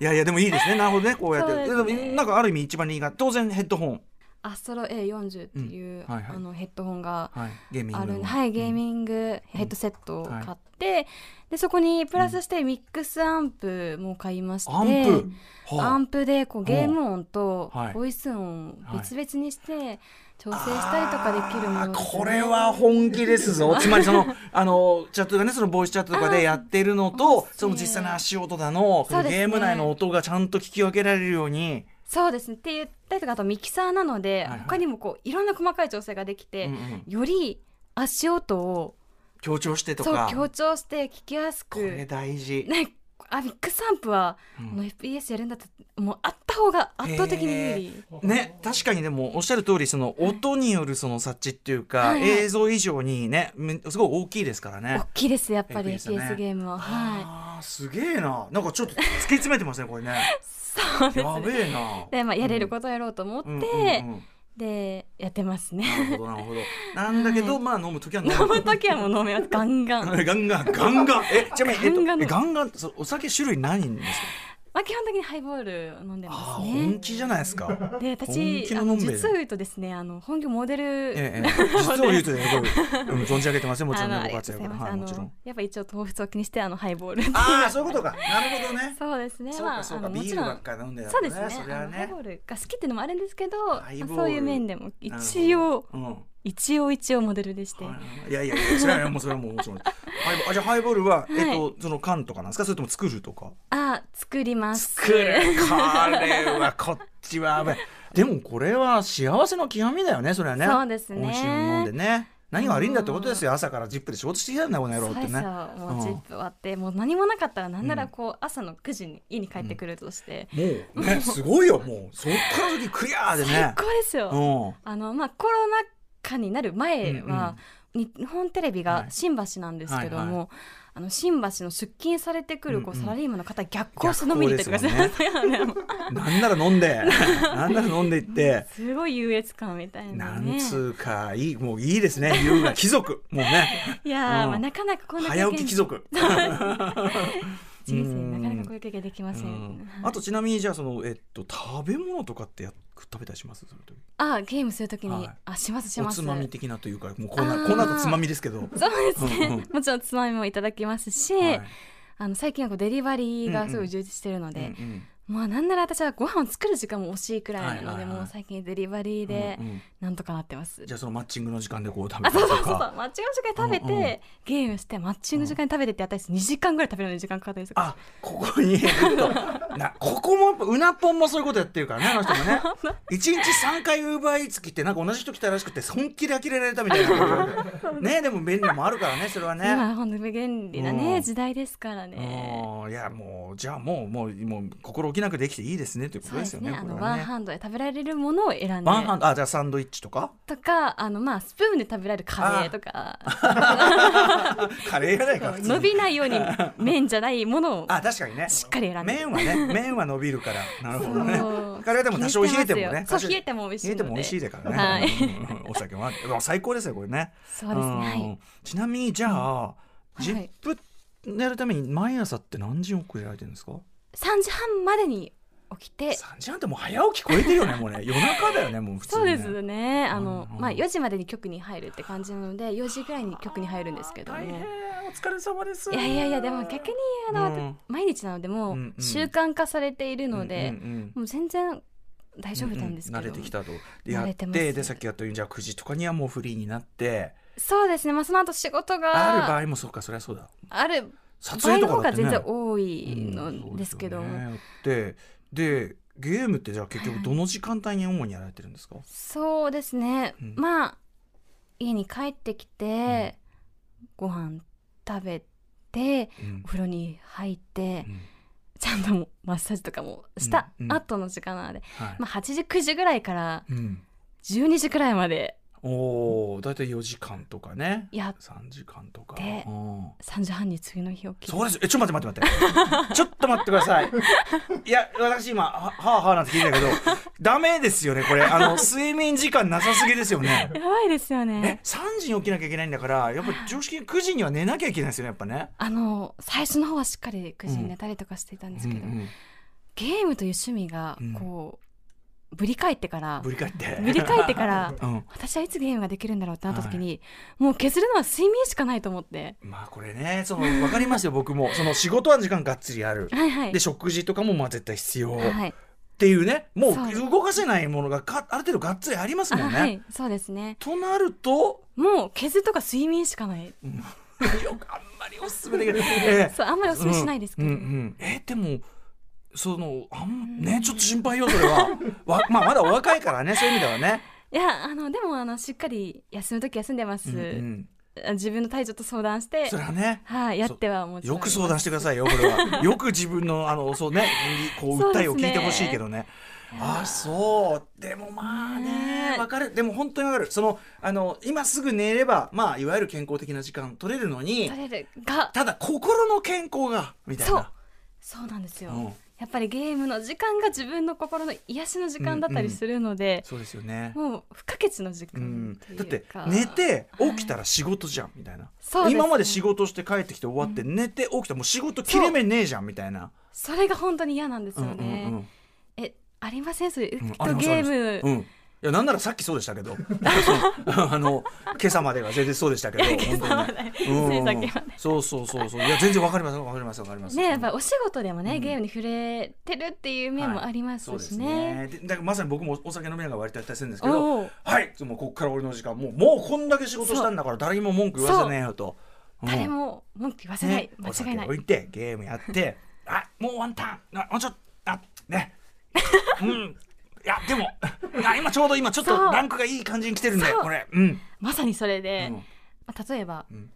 A: いやいやでもいいですねなるほどねこうやって
E: そうですね
A: でもなんかある意味一番いいが当然ヘッドホン
E: アストロ A40 っていう、
A: うんはいはい
E: あのヘッドホンが
A: はい、ゲーミング
E: ある
A: の
E: はいゲー
A: ン
E: ミングヘッドセットを
A: うんはい
E: 買って、でそこにプラスしてミックスアンプも買いまして
A: アンプ、はあ
E: アンプでこうゲーム音と
A: はい
E: ボイス音を別々にして調整したりとかできるものですね
A: これは本気ですぞつまりその あのチャットがねそのボイスチャットとかでやってるの
E: あー
A: とその実際の足音だのこ
E: そ
A: の
E: うですね
A: ゲーム内の音がちゃんと聞き分けられるように
E: そうですねって言ったりとかあとミキサーなので、
A: はいはい
E: 他にもこういろんな細かい調整ができて、
A: うんうん
E: より足音を
A: 強調してと
E: そう
A: か
E: 強調して聞きやす
A: これ
E: く
A: 大事。
E: ねあミックスアンプは、
A: うん
E: あの FPS やるんだったらもうあった方が圧倒的に有利。
A: ね、確かにでもおっしゃる通りその音によるその察知っていうか、
E: はいはい
A: 映像以上にねめすごい大きいですからね
E: 大。きいですやっぱり
A: FPS ね
E: FPS ゲームは、は
A: あーすげえななんかちょっと突き詰めてますねこれね
E: い そうです
A: や
E: ね
A: べえな
E: で、まあ、やれることをやろうと思って、
A: うんうんうんうん
E: でやってますね
A: なる ほどなるほどなんだけど、
E: はい
A: まあ飲む時は飲
E: 飲む時はもう飲めますガンガン、ま
A: ガンガンガンガンえちなみにえっと
E: ガンガンの
A: えガンガンそうお酒種類何ですか
E: あ、基本的にハイボールを飲んで
A: あ
E: ます
A: ー
E: ね
A: 本気じゃないですか
E: で
A: 本
E: 私
A: 気の
E: あ
A: 飲
E: の
A: んべえ
E: 実を言うとですねあの本業モデル、
A: ええええ実を言うとね 僕うん存じ上げてますよもちろんね
E: あのあ
A: ご
E: りがと
A: 活
E: うご
A: 躍
E: ざいます、
A: はい
E: あ
A: も
E: の
A: ちろん
E: やっぱ一応糖質を気にしてあのハイボール
A: ああそういうこと かなるほどね
E: そうですね
A: そう
E: まあ
A: かそう
E: あ
A: か
E: のも
A: ビール
E: ちろ
A: ば
E: ん
A: っかり飲んでや
E: そうです
A: ね
E: ね
A: それ
E: あ
A: は
E: のハイ
A: ね
E: ボールが好きっていうのもあるんですけど、
A: ハイボール
E: そういう面でも一応
A: なるほど
E: 一応一応モデルでして、
A: うんはいいやいやいやそれはもうそれはもうもちろんハイボールあじゃあハイボールは、
E: はい
A: えっとその缶とかなんですかそれとも作るとか
E: あ作ります
A: 作るこれはこっちは危ないでもこれは幸せの極みだよねそれはね
E: そうですね
A: 美味しいの飲んでね何が悪いんだってことですよ朝からジップで仕事してきたんだこの野
E: そ
A: 郎
E: う
A: っ
E: で
A: て
E: す
A: ね
E: よ
A: も
E: もうチップ終わって、もう何もなかったらなんならこう、朝の9時に家に帰ってくるとして、
A: う ねすごいよもうそっから先クリアーでね
E: 最高ですよ、
A: うん
E: あのまあコロナ禍になる前は、日本テレビ
A: は
E: が
A: い
E: 新橋なんですけども、
A: はいは
E: あの新橋の出勤されてくるこう、
A: うんうん
E: サラリーマンの方逆行して飲みに行ったりとかして
A: 逆
E: すよね
A: なんなら飲んでなんなら飲んでいって
E: すごい優越感みたい
A: な
E: なんね
A: つうかいいもういいですね優雅貴族もうね
E: いやー、
A: うん
E: まあ、なかなか こんな経験
A: 早起き貴族
E: 人生になかなかこういう経験できませんよね、
A: うんあとちなみにじゃあそのえっと食べ物とかってや食べたりしますその時
E: あゲームするときに、
A: はい
E: あしますしま
A: お
E: す
A: つまみ的なというかもうこうな
E: あー
A: こうなるとつまみですけど、
E: そうですね、
A: うんうん
E: もちろんつまみもいただきますし、
A: はい
E: あの最近はこうデリバリーがすごい充実してるので、
A: うん
E: まあなんなら私はご飯を作る時間も惜しいくらいなので、
A: はいはいはい
E: もう最近デリバリー
A: うん
E: で
A: うんうん
E: なんとかなってます、
A: じゃあそのマッチングの時間でこう食べ
E: あ
A: たり
E: そ
A: と
E: うそうそうそう
A: か
E: マッチングの時間に食べて、
A: うんうん
E: ゲームしてマッチングの時間に食べてってやったりして2時間ぐらい食べるのに時間かかったりとか
A: あここに なここもやっぱうなぽんもそういうことやってるからねあの人もね一日3回ウーバーイーツ来てなんか同じ人来たらしくて本気で呆れられたみたいなこと言わ れてねでも便利もあるからねそれはね
E: 今本当に便利なね、
A: うん
E: 時代ですからね、
A: うんいやもうじゃあもうもうもう心置きなくできていいですねというこ
E: そ
A: と
E: う
A: で
E: ですす
A: よ
E: ね
A: ね。
E: あ
A: これ
E: の
A: は
E: ワン
A: ね
E: ハンドで食べられるものを選んで
A: ワンハンドあじゃあサンドイッチとか
E: とかあのまあスプーンで食べられるカレーとか
A: カレーやないか普通
E: 伸
A: に
E: びない ように麺じゃないものを
A: あ確かにね
E: しっかり選んで
A: 麺はね麺は伸びるからなるほどね
E: そう
A: カレーでも多少冷えてもね
E: そう冷えても美味し
A: 冷え
E: いので
A: ても美味しいでからね、
E: はい
A: うんうんうんお酒もあってうわ最高ですよこれね
E: そうですねは
A: う
E: い
A: んちなみにじゃあ、
E: い
A: ジップやるために毎朝って何時に起きられてるんですか
E: 3時半までに起きて
A: 3時半ってもう早起き超えてるよねもうね夜中だよねもう普通
E: そう
A: にね、
E: ですねあの、
A: うんうん
E: まあ、4時までに局に入るって感じなので4時ぐらいに局に入るんですけども
A: 大変
E: い
A: お疲れ様です
E: やいやいやでも逆にあの、
A: うん
E: 毎日なのでも
A: うんう
E: うん習慣化されているので、
A: うんうんうん
E: もう全然大丈夫なんですけど、
A: うう慣れてきたとでや
E: 慣
A: っ
E: れ
A: て
E: てます
A: でさっきやったようにじゃあ9時とかにはもうフリーになって
E: そうですねまあその後仕事
A: ある場
E: が
A: 合もそうかそりゃそうだ
E: ある
A: 撮
E: 場合
A: 影
E: の
A: と
E: 方
A: かだ
E: が
A: って
E: 全
A: ね
E: 然多い
A: うん
E: のですけども、
A: そうですよねででゲームってじゃあ結局どの時間帯に主にやられてるんですか、
E: そうですね、
A: うん
E: まあ家に帰ってきて、ご飯食べて
A: うん
E: お風呂に入って、
A: うん
E: ちゃんともマッサージとかもした
A: うんうん
E: 後の時間なので、
A: はい
E: まあ、8時9時ぐらいから
A: うん、
E: 12時くらいまで
A: おお大体4時間とかね
E: やっ
A: 3時間とか
E: で
A: うん
E: 3時半に次の日起きて
A: そうですえちょっと待って待って待って ちょっと待ってくださいいや私今ははあはあなんて聞いたけどダメですよねこれあ の睡眠時間なさすぎですよね
E: やばいですよ
A: え
E: ね
A: 3時に起きなきゃいけないんだからやっぱ常識9時には寝なきゃいけないですよねやっぱね。
E: あの最初の方はしっかり9時に寝たりとかしていたんですけど、
A: うんうん
E: ゲームという趣味が
A: うん
E: こう、ぶり返ってから
A: ぶり返って
E: ぶり返っ てから
A: うん
E: 私はいつゲームができるんだろうってなった時に、もう削るのは睡眠しかないと思って
A: まあこれねその分かりますよ僕もその仕事は時間がっつりある、
E: はいはい
A: で食事とかもまあ絶対必要、っ
E: はい
A: ていうねもう
E: そう
A: 動かせないものがかある程度がっつりありますもんね。
E: あはいそうですね
A: となると
E: もう削るとか睡眠しかない
A: よくあんまりおすすめでき ない。ええ
E: そうあんまりおすすめしないですけど、
A: うんうんうんえでもそのあんねちょっと心配よそれ は。わまあまだお若いからねそういう意味ではね。
E: いやあのでもあのしっかり休む時休んでます、
A: うんうん
E: 自分の体調と相談して
A: それはね。
E: はい、やってはもちろん
A: よく相談してくださいよ、これ は。よく自分の、あの、そうね、こう
E: そう
A: 訴
E: で
A: え
E: す
A: を
E: ね
A: 聞いてほしいけどね。あ、そう、でも、まあね
E: ね、
A: わかる、でも、本当にわかる、その、あの、今すぐ寝れば、まあ、いわゆる健康的な時間取れるのに。
E: 取れるが
A: ただ、心の健康が、みたい
E: そう
A: な。
E: そうなんですよ、
A: うん
E: やっぱりゲームの時間が自分の心の癒しの時間だったりするので、
A: そうですよね。
E: もう不可欠の時
A: う
E: 間
A: ん
E: とい、
A: だって
E: うか、
A: 寝て起きたら仕事じゃんみたいな、
E: そうですね
A: 今まで仕事して帰ってきて終わって、寝て起きたらもう仕事切れ目ねえじゃんみたいな、
E: それが本当に嫌なんですよね、
A: うんうんうん、
E: えありませんそれ、
A: うん
E: きっ
A: あり
E: と
A: ます
E: ゲ
A: あります
E: ー
A: う
E: ム
A: んいやなんならさっきそうでしたけどそうあの今朝までは全然そうで したけど本当にねうん
E: ついさっきまで
A: そうそうそうそういや全然わかりますわかりますわかります
E: ねやっぱお仕事でもね、
A: うん
E: ゲームに触れてるっていう面もあります
A: はい
E: し
A: そうです
E: ね。
A: ねでだからまさに僕もお酒飲みながら割とやったりするんですけ
E: お
A: ど
E: う
A: はいもうこっから俺の時間もうもうこんだけ仕事したんだから誰にも文句言わせねえよとうん
E: 誰も文句言わせな
A: ね
E: い、間
A: お
E: 違いな
A: 酒
E: い。
A: 置いてゲームやって あもうワンタンあもうちょっとあねうんいやでもあ今ちょうど今ちょっと
E: そう
A: ランクがいい感じに来てるんで
E: そう
A: これうん
E: まさにそれで、
A: うん
E: まあ、例えば、
A: うん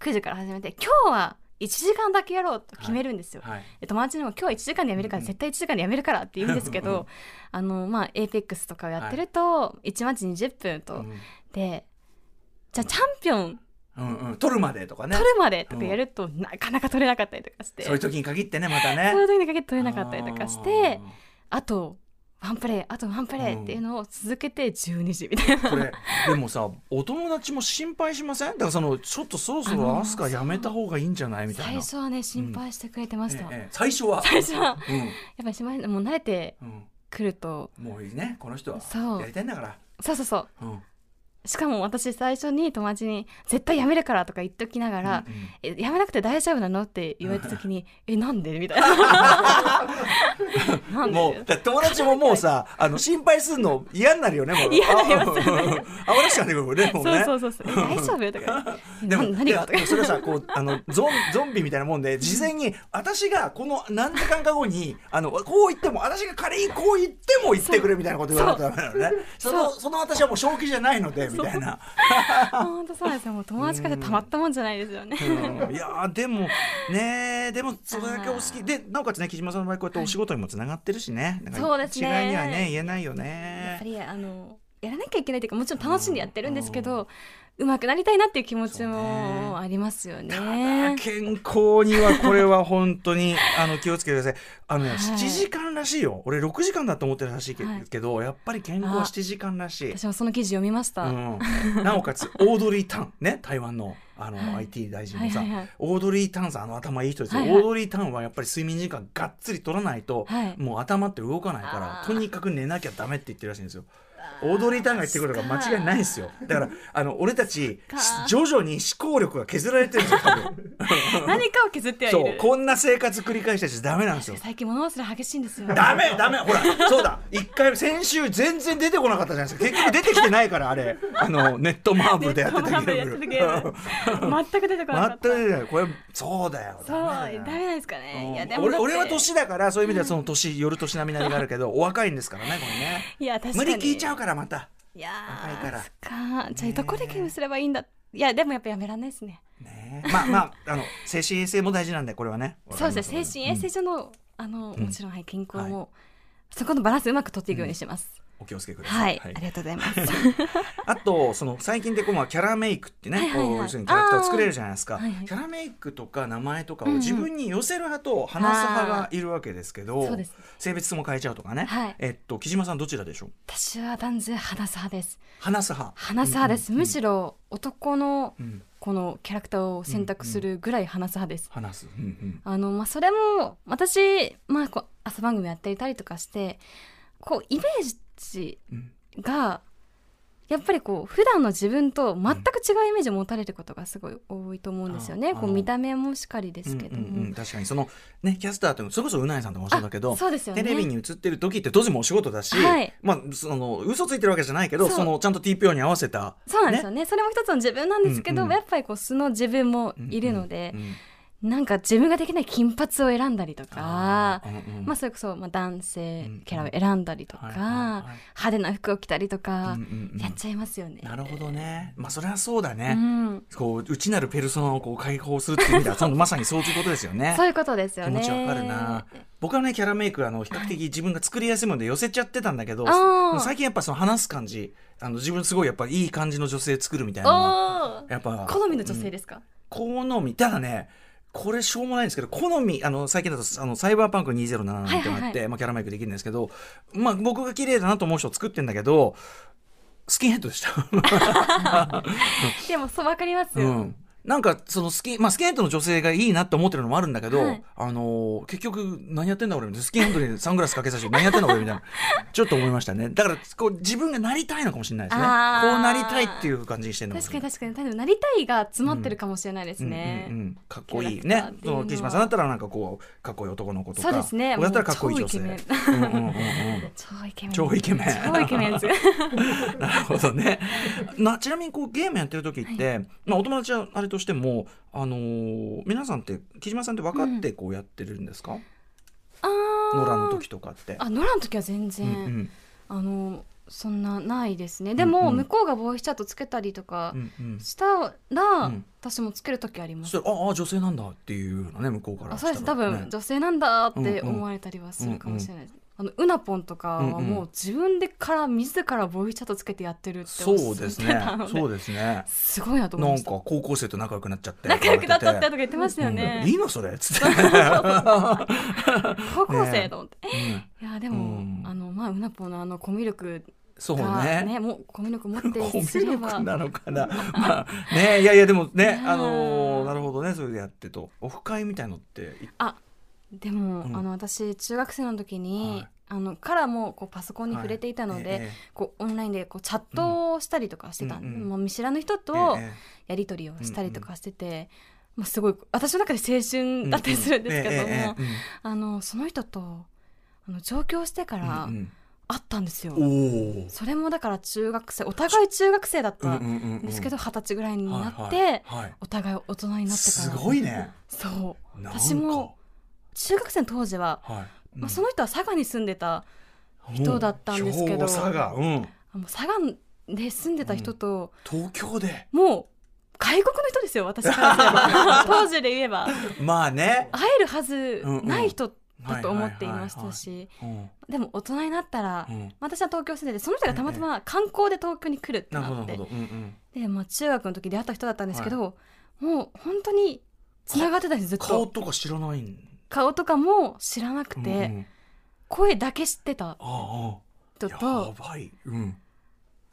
E: 9時から始めて今日は1時間だけやろうと決めるんですよ。
A: はい
E: で友達にも今日は1時間でやめるから、絶対1時間でやめるからって言うんですけど あのまあ APEX とかをやってると、1マッチ20分と、
A: うん
E: でじゃあチャンピオン
A: うんうん取るまでとかね
E: 取るまでとかやると、なかなか取れなかったりとかして
A: そういう時に限ってねまたね
E: そういう時にかけて取れなかったりとかしてあとワンプレイあとワンプレイっていうのを続けて12時みたい
A: あー
E: な、
A: これでもさお友達も心配しませんだからそのちょっとそろそろアスカやめた方がいいんじゃないみたい
E: 最
A: な
E: 初はね心配してくれてました、
A: ええええ最初は
E: 最初は
A: う
E: やっぱりしまいもう慣れて
A: んうん
E: くると
A: もういいねこの人は
E: そう
A: やりたいんだから
E: そうそうそう
A: うん
E: しかも私最初に友達に「絶対やめるから」とか言っときながら
A: うんうん
E: 「えやめなくて大丈夫なの?」って言われた時に「えなんで?」みたいな。 なんで
A: もうだって友達ももうさあの心配するの嫌になるよねもう
E: 嫌になりますよね
A: あ俺しかねこれねもう
E: そ
A: ね
E: うそうそうそう「え大丈夫?」とか「
A: で
E: な
A: も
E: 何が?」
A: い
E: と
A: やで
E: か
A: もそれはさこうあのゾンゾンビみたいなもんで事前に私がこの何時間か後にあのこう言っても私が仮にこう言っても言ってくれみたいなこと言わないとダメなのねそのその私はもう正気じゃないのでみたいな。
E: 本当そうなんですよもう友達からたまったもんじゃないですよね。
A: うんいやーでもねーでもそれだけお好きでなおかつね木島さんの場合こうやってお仕事にもつながってるしねなんか
E: そうですね
A: 一概にはね言えないよ
E: やっ
A: ね
E: ぱ。りあのやらなきゃいけないというかもちろん楽しんでやってるんですけど、うまくなりたいなっていう気持ちもありますよね。
A: あー健康にはこれは本当 にあの気をつけてくださいあのね、
E: はい
A: 7時間らしいよ俺6時間だと思ってるらしいけ
E: はい
A: けど、やっぱり健康は7時間らしい、
E: 私もその記事読みました。
A: うん、なおかつオードリー・タンね台湾のあの、IT 大臣のさ、
E: はいはいはい
A: オードリー・タンさんあの頭いい人ですよ、
E: はいはい
A: オードリー・タンはやっぱり睡眠時間がっつり取らないと、
E: はい
A: もう頭って動かないから
E: あー
A: とにかく寝なきゃダメって言ってるらしいんですよオードリー・タンが言ってくることが間違いないんですよだからあの俺たち
E: っか
A: 徐々に思考力が削られてるんですよ多分
E: 何かを削ってはい
A: そう
E: る。
A: こんな生活繰り返したちダメなんですよ
E: 最近物忘れ激しいんですよ。
A: ダメダメほらそうだ一回先週全然出てこなかったじゃないですか結局出てきてないからあれあのネットマーブルでやってた
E: ネ
A: ゲー
E: ットマブ
A: ム
E: ルでやってたゲーム全く出てこなか
A: 全
E: った。
A: く出てないこれそうだよ
E: そう
A: ダ
E: ダ
A: メ
E: メ
A: だよ
E: なんですか
A: う
E: ね。
A: ん
E: いやでも
A: 俺俺は
E: だって
A: 年だからそういう意味ではその年夜年並みなりがあるけどお若いんですからねこれね
E: いや確か
A: 無
E: に
A: 理聞いちゃうからまた
E: いやー
A: 若いから
E: そっかじゃあどこでゲームすればいいんだ。いやでもやっぱやめらんないですね。
A: ねまあまああの精神衛生も大事なんでこれはね
E: そうですね精神衛生
A: 生
E: 上の、あのもちろん、はい、健康も、そこのバランスうまく取っていくようにしてます。
A: お気をつけくださ
E: はいい、ありがとうございます。
A: あとその最近ってこうまあキャラメイクってね、
E: はいはいはい
A: こう要するにキャラクターを作れるじゃないですか、
E: あーはいはい
A: キャラメイクとか名前とかを
E: うんうん
A: 自分に寄せる派と話す派がいるわけですけど、
E: あーそうです
A: 性別も変えちゃうとかね、
E: はい
A: えっと木島さんどちらでしょう
E: 私は断然話す派です。
A: 話す派
E: 話す派です。むしろ男の
A: うん
E: このキャラクターを選択するぐらい話す派です。
A: 話す、うんうん
E: あのまあそれも私まあこう朝番組やっていたりとかして、こうイメージちが、やっぱりこう普段の自分と全く違うイメージを持たれることがすごい多いと思うんですよね、
A: うんああ
E: こう
A: の
E: 見た目もしかりですけども、
A: うんうんうん確かにそのねキャスターってそれこそうないさんとかもそうだけど
E: あそうですよね
A: テレビに映ってる時って当時もお仕事だし、
E: はい
A: まあその嘘ついてるわけじゃないけど
E: そ
A: そうのちゃんと TPO に合わせた
E: そうなんですよねそれも一つの自分なんですけど、
A: うんうん
E: やっぱりこう素の自分もいるので
A: う、ん
E: なんか自分ができない金髪を選んだりとか
A: あ。ーうんうん
E: まあ、それこそ、まあ、男性
A: うん
E: キャラを選んだりとか、
A: はいはいはい
E: 派手な服を着たりとか、
A: うんうんうん
E: やっちゃいますよね。
A: なるほどねまあそれはそうだ
E: う
A: ね、
E: ん、
A: こう内なるペルソナをこう解放するっていう意味で はそのまさにそういうことですよね
E: そういうことですよ
A: 気
E: ね。
A: 持ちわかるな僕はねキャラメイクあの比較的自分が作りやすいもので寄せちゃってたんだけど、
E: あー
A: でも最近やっぱその話す感じあの自分すごいやっぱいい感じの女性作るみたいなのは
E: おー
A: やっぱ
E: 好みの女性ですか、
A: 好みただねこれしょうもないんですけど好みあの最近だとあのサイバーパンク2077ってのがあって、
E: はいはいは
A: まあ、キャラメイクできるんですけど、まあ、僕が綺麗だなと思う人を作ってんだけどスキンヘッドでした。
E: でも そうわかります
A: う
E: よ、
A: んなんかそのスキン、まあ、スキンヘッドの女性がいいなって思ってるのもあるんだけど、
E: はい
A: あのー結局何やってんだ俺みたいなスキンヘッドにサングラスかけさせて何やってんだ俺みたいなちょっと思いましたねだからこう自分がなりたいのかもしれないですねこう
E: あー
A: なりたいっていう感じにしてるのも
E: 確かに確かに多分なりたいが詰まってるかもしれないですね、
A: うんうんうん、かっこいい
E: キャラ
A: ね
E: クターってい
A: そう
E: のは
A: の木島さんだったらなんかこうかっこいい男の子とか
E: そうですね
A: 僕だったらかっこいい女性
E: もう
A: うんうんうんうん
E: 超イケメン
A: 超イケメン
E: 超イケメンです
A: なるほどねなちなみにこうゲームやってる時って、まあ、お友達はあれとしても、あのー皆さんって木島さんって分かってこうやってるんですか、
E: あー
A: ノラの時とかって。
E: あノラの時は全
A: うん
E: 然、
A: うん
E: あのそんなないですねでも、
A: うんうん
E: 向こうがボイスチャットつけたりとか
A: うんうん
E: したら、
A: ん
E: 私もつける時ありま
A: そし
E: す、
A: たら「ああ女性なんだ」っていうのね向こうから
E: あ
A: し
E: そ
A: たら
E: うです多分、
A: ね
E: 女性なんだっ
A: うん
E: て
A: うん
E: 思われたりはするかもしれないです、あのうなぽんとかは
A: うん
E: も
A: うん
E: う自分でから自らボイスチャットつけてやってるって
A: そうです
E: おっしゃって
A: ね
E: たので
A: そうですね
E: すごいなと思い
A: な
E: ま
A: ん
E: し
A: か
E: た
A: 高校生と仲良くなっちゃって
E: 仲良くなったってと
A: て
E: か言ってましたよね、
A: うんいいのそれつって
E: 高校生と思って、
A: うん
E: いやでも、
A: うん
E: あのまあうなぽんのあのコミュ力
A: そう
E: が
A: ね
E: ねもうコミュ力持っ
A: コ
E: て
A: ミ
E: す
A: ュ
E: れ
A: 力
E: ば
A: なのかなまあねいやいやでもね
E: うん
A: あのーなるほどねそれでやってとオフ会みたいのってい
E: でも、
A: うん
E: あの私中学生の時に、
A: はい
E: あのからもうこうパソコンに触れていたので、
A: はいええ
E: こうオンラインでこうチャットをしたりとかしてた、
A: うんうん
E: もう見知らぬ人と
A: ええ
E: やり取りをしたりとかしてて、まあ、すごい私の中で青春だったりするんですけども、
A: えええええ
E: あのその人とあの上京してか
A: え
E: ら
A: うん
E: 会ったんですよ。
A: うんおお
E: それもだから中学生お互い中学生だったん
A: ん
E: ですけど二十歳ぐらいになって、
A: はいはいはい
E: お互い大人になってから
A: すごいね
E: そう
A: なんか
E: 私も中学生の当時は、
A: はい
E: まあ、その人は佐賀に住んでた
A: うん
E: 人だったんですけど
A: 兵庫佐賀うん
E: あもう佐賀で住んでた人と、
A: 東京で
E: もう外国の人ですよ私からすれ ば当時で言えば
A: まあね
E: 会えるはずない人だと思っていましたし
A: うん
E: でも大人になったら、
A: うん
E: 私は東京住んでてその人がたまたま観光で東京に来るって
A: なる
E: な
A: ほど
E: っ
A: な
E: て
A: るほどうんうん
E: で、まあ、中学の時出会った人だったんですけど、もう本当に繋がってたんですずっ
A: 顔
E: と
A: とか知らないん
E: 顔とかも知らなくて、
A: うんうん
E: 声だけ知ってた
A: ああ
E: 人
A: や
E: と
A: ばいうん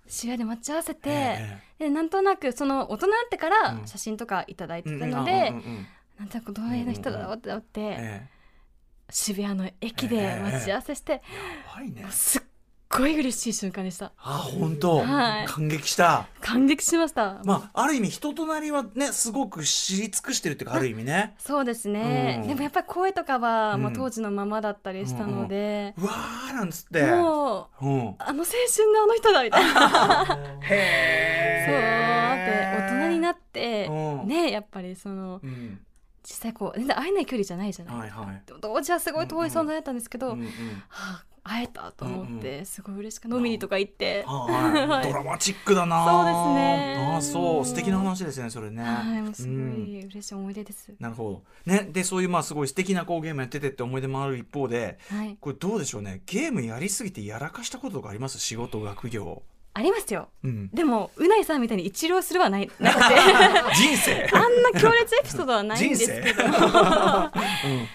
E: 渋谷で待ち合わせて、
A: え
E: でなんとなくその大人になってか
A: う
E: ら
A: ん
E: 写真とかいただい
A: え
E: て
A: うん
E: た
A: うん
E: ので、
A: うんうんうん
E: なんとなくどの辺の人だろうって思って、
A: え
E: 渋谷の駅で待ち合わせして、
A: えやばいね
E: もうすっごい嬉しい瞬間でした
A: あ本当
E: はい
A: 感激した
E: 感激しました、
A: まあある意味人となりはねすごく知り尽くしてるっていうかある意味 ね
E: そうですね、
A: うん
E: でもやっぱり声とかは、ま
A: う
E: あ、
A: ん
E: 当時のままだったりしたので、
A: うわーなんつって
E: もう
A: うん
E: あの青春のあの人だみたい なそうだって大人にな
A: っ
E: って
A: うん
E: ねやっぱりその
A: うん
E: 実際こう全然会えない距離じゃないじゃない、
A: はいはい
E: 当時はすごい遠い存在だったんですけど、
A: うんうん
E: はあ、会えたと思っ
A: う
E: てすごい嬉しかった、飲みにとか行って、
A: は、
E: はいい
A: ドラマチックだな
E: そうですね
A: ああそう素敵な話ですねそれね
E: はいもうすご
A: うん
E: い嬉しい思い出です、
A: なるほどねでそういうまあすごい素敵なこうゲームやっててって思い出もある一方で
E: はい
A: これどうでしょうねゲームやりすぎてやらかしたこととかあります仕事学業
E: ありますよ
A: うん
E: でもうないさんみたいに一浪するはないなくて
A: 人生
E: あんな強烈エピソードは ないん
A: 人
E: で
A: 生
E: すけど ま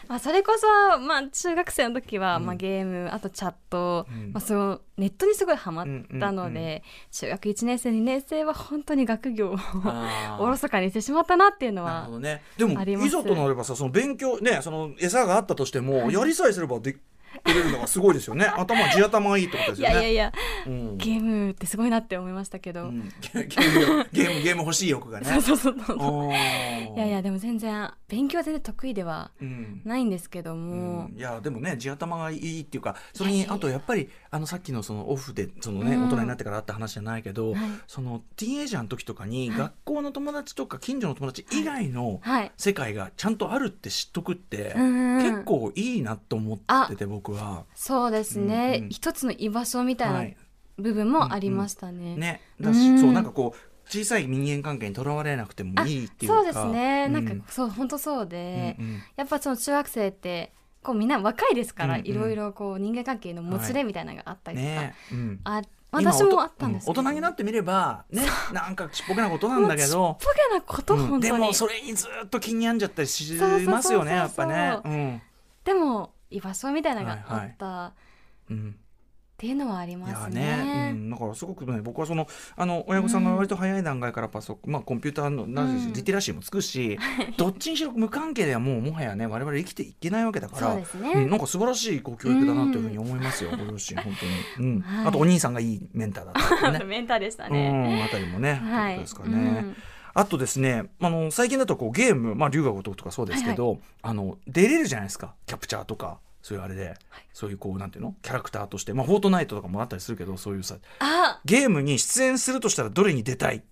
E: あそれこそ、まあ、中学生の時は、まあ、ゲームあとチャット、
A: うん
E: まあ、そのネットにすごいハマったので、
A: うんうん
E: 中学1年生2年生は本当に学業を
A: あー
E: おろそかにしてしまったなっていうの
A: なる
E: は
A: ほどねでも
E: あります
A: いざとなればさその勉強ねその餌があったとしても、やりさえすればで取れるのがすごいですよ ね頭地頭いいってことで
E: い
A: すよ
E: や
A: ね
E: いやいや、
A: うん
E: ゲームってすごいなって思いましたけど、
A: うんゲゲームよゲームゲーム欲しい欲が
E: そう
A: ね
E: そうそうそう
A: お
E: いやい
A: ー
E: やでも全然勉強は全然得意では
A: うん
E: ないんですけど
A: う
E: も、
A: ん、いやでもね地頭がいいっていうかそれにあとやっぱりあのさっきのそのオフでそのね、
E: うん
A: 大人になってからあった話じゃないけど、
E: はい
A: そのティーンエイジャーの時とかに学校の友達とか近所の友達以外の
E: はい
A: 世界がちゃんとあるって知っとくって、
E: うんうん
A: 結構いいなと思ってて僕は。
E: そうですね、
A: うんうん
E: 一つの居場所みたいな、
A: はい
E: 部分もありましたね。
A: ね、だ
E: う
A: し
E: ん
A: そうなんかこう小さい人間関係にとらわれなくてもいいっていうか
E: そうですね、なん
A: う
E: かそう本当そうで、
A: うんうん
E: やっぱその中学生ってこうみんな若いですから、
A: うんうん
E: いろいろこう人間関係のもつれみたいなのがあったりとか、
A: ねうん
E: あ
A: 今
E: 私もあったんです
A: う
E: け
A: 大人になってみればねなんかちっぽけなことなんだけど
E: もうちっぽけなこと、
A: うん
E: 本
A: で
E: 当に
A: もそれにずっと気に病んじゃったりし
E: そうそうそうそう
A: ますよねやっぱね。うん
E: でも居場所みたいなのがあった、
A: うん
E: っていうのはあり
A: い
E: ま
A: や
E: す
A: ね、
E: ね。
A: うん、だからすごくね僕はそのあの親御さんが割と早い段階からパソコン、まあ、コンピューターのなんし
E: うん
A: リテラシーもつくし、どっちにしろ無関係ではもうもはやね我々生きていけないわけだから
E: そうですね
A: んなんか素晴らしいご教育だなというふうに思いますよ、ご両親本当に、うん
E: はい
A: あとお兄さんがいいメンターだった とね
E: メンターでした
A: う
E: ね。
A: んあたりもね、
E: は
A: とい
E: い。
A: うことですかね。あとですねあの最近だとこうゲーム、まあ、龍が如くとかそうですけど、あの出れるじゃないですかキャプチャーとかそういうあれで、そういうこうなんていうのキャラクターとして、まあ、フォートナイトとかもあったりするけどそういうさ
E: あ、
A: ゲームに出演するとしたらどれに出たい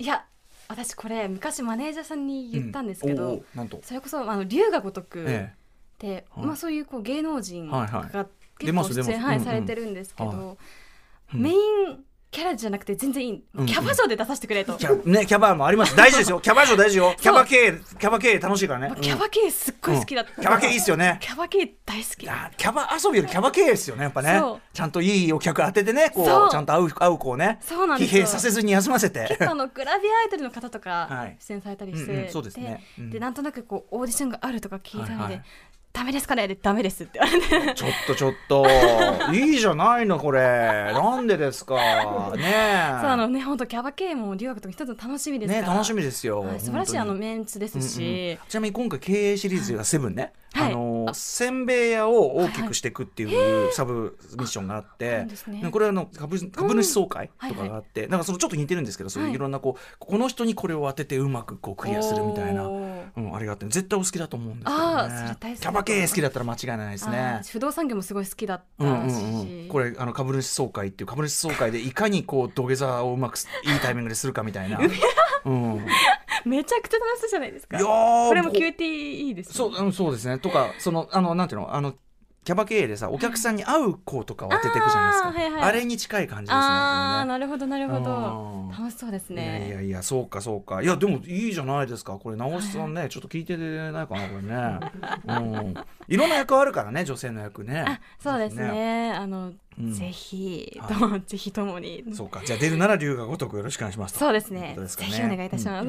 E: いや、私これ昔マネージャーさんに言ったんですけ
A: う
E: ど、
A: おうおうなんと、
E: それこそあの龍が如く。
A: え
E: って、
A: はい
E: まあそういうこう芸能人
A: は
E: が
A: いはい出
E: 結
A: ま
E: 構
A: す
E: 出演、
A: 出ます
E: は
A: う
E: い
A: んうん
E: されてるんですけど、
A: はうん
E: メインキャラじゃなくて全然いい、
A: うんうん
E: キャバ嬢で出させてくれと
A: え、キャ ね、キャバもあります大事ですよキャバ嬢大事よキャバ系キャバ系楽しいからね
E: まあ、キャ
A: うん
E: バ系すっごい好きだった、
A: うんキャバ系いいっすよね
E: キャバ系大好き
A: あキャバ遊びよりキャバ系ですよねやっぱね
E: そう
A: ちゃんといいお客当ててねこ
E: そうう
A: ちゃんと会う会う子をね
E: そうなん
A: 疲
E: ですよ
A: 弊させずに休ませて
E: 結構あのグラビアアイドルの方と
A: は
E: か
A: い
E: 出演されたりし
A: うんうん
E: て
A: そうですねうん
E: でなんとなくこうオーディションがあるとか聞いたので、
A: はいはい
E: ダメですかねでダメですって言われて
A: ちょっとちょっ といいじゃないのこれなんでですかねえ
E: そうあのね本当キャバ系も留学とか一つの楽しみですか
A: ね
E: ら
A: 楽しみですよ、
E: はい素晴らしいあの
A: 本
E: メンツで
A: 当
E: す
A: に
E: し、
A: うんうんちなみに今回経営シリーズがセブンね、
E: はい
A: あの
E: あ
A: せんべい屋を大きくしていくっていうサブミッションがあって、
E: あそうなんですね
A: これはあの株株主総会とかがあって、なんかそのちょっと似てるんですけどそういう
E: はい
A: いろんなこうこの人にこれを当ててうまくこうクリアするみたいな。
E: おー
A: うん、ありがて絶対お好きだと思うんですけ
E: あ
A: ど
E: ーそれ
A: ね
E: 大好きだと思います
A: キャバ系好きだったら間違いないです
E: あ
A: ね
E: ー不動産業もすごい好きだっ
A: うん
E: たし、
A: うんうん、これあの株主総会っていう株主総会でいかにこう土下座をうまくすいいタイミングでするかみた いな、うん、い
E: めちゃくちゃ楽しそうじゃないですか
A: やー
E: これも QTE ですね
A: そううんそうですねとかそのあのなんていうのあのキャバ経営でさお客さんに会う子とかを当てていくじゃないですかあ,、
E: あーはいはい
A: れに近い感じですね。
E: ああ
A: こ
E: なるほどなる
A: れねうん
E: ほど楽しそうですね
A: いやいやいやそうかそうかいやでもいいじゃないですかこれ直しさんねちょっと聞いてないかなこれね、うん、いろんな役あるからね女性の役ね
E: そうですねあ
A: う
E: の、
A: ん
E: ぜひ
A: はい
E: とも、ぜひともに
A: そうかじゃあ出るなら龍が如くよろしくお願いしますと
E: そうです
A: とい
E: ね
A: ことですか
E: ぜひお願いいたします、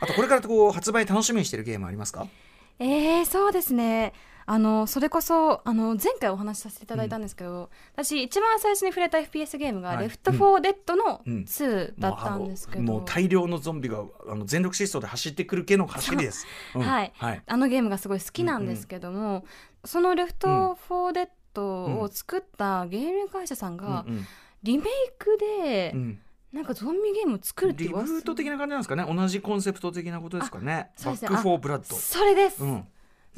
A: あとこれからこう発売楽しみにしてるゲームありますか？
E: えー、そうですねあのそれこそあの前回お話しさせていただいたんですけど、私一番最初に触れた FPS ゲームが「
A: はい
E: レフト・フォー・デッド」の
A: うん
E: 2だったんですけど、
A: もうあのもう大量のゾンビがあの全力疾走で走ってくる系の走りです。うん
E: はい
A: はい。
E: あのゲームがすごい好きなんですけども、その「レフ
A: うん
E: ト・フォー・デッド」を作ったゲーム会社さんが
A: うんうん
E: リメイクで
A: うん
E: なんかゾンビゲームを作るっ
A: リ
E: て言
A: ブ
E: わ
A: ー
E: せ
A: ト的な感じなんですかね。同じコンセプト的なことですかね。
E: あそ
A: バ
E: うです
A: ッ
E: ね
A: クフォーブラッド。
E: それです、
A: うん。ね。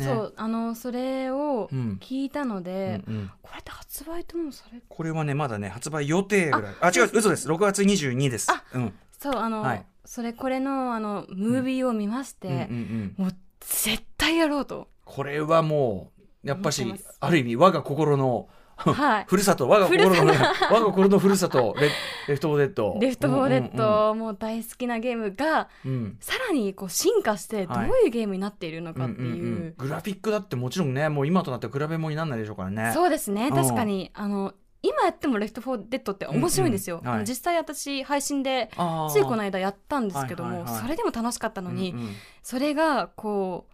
E: そうあのそれを
A: うん
E: 聞いたので、
A: うんうん
E: これって発売ともされ
A: これはねまだね発売予定ぐらい。あ
E: あ
A: 違う嘘です。6月22です。
E: あ
A: うん。
E: そうあの、
A: はい
E: それこれのあのムービーを見まして、
A: うんうんうん。
E: もう絶対やろ うと
A: これはもうやっぱし
E: 思ってます
A: ある意味我が心の
E: はい
A: ふるさと我が心の
E: ふるさ
A: 我が心のふるさとレレフトフォーデッド
E: レフト・フォー・デッ
A: うんうんうん
E: ドもう大好きなゲームが
A: うん
E: さらにこう進化してどういうゲームになっているのかっていう,、
A: んんんグラフィックだってもちろんねもう今となっては比べ物にならないでしょうからね
E: そうですね
A: うん
E: 確かに、あの今やっても「レフト・フォー・デッド」って面白いんですよ、
A: うんうんはい
E: 実際私配信で
A: あー
E: ついこの間やったんですけども、
A: はいはいはい
E: それでも楽しかったのに、
A: うんうん
E: それがこう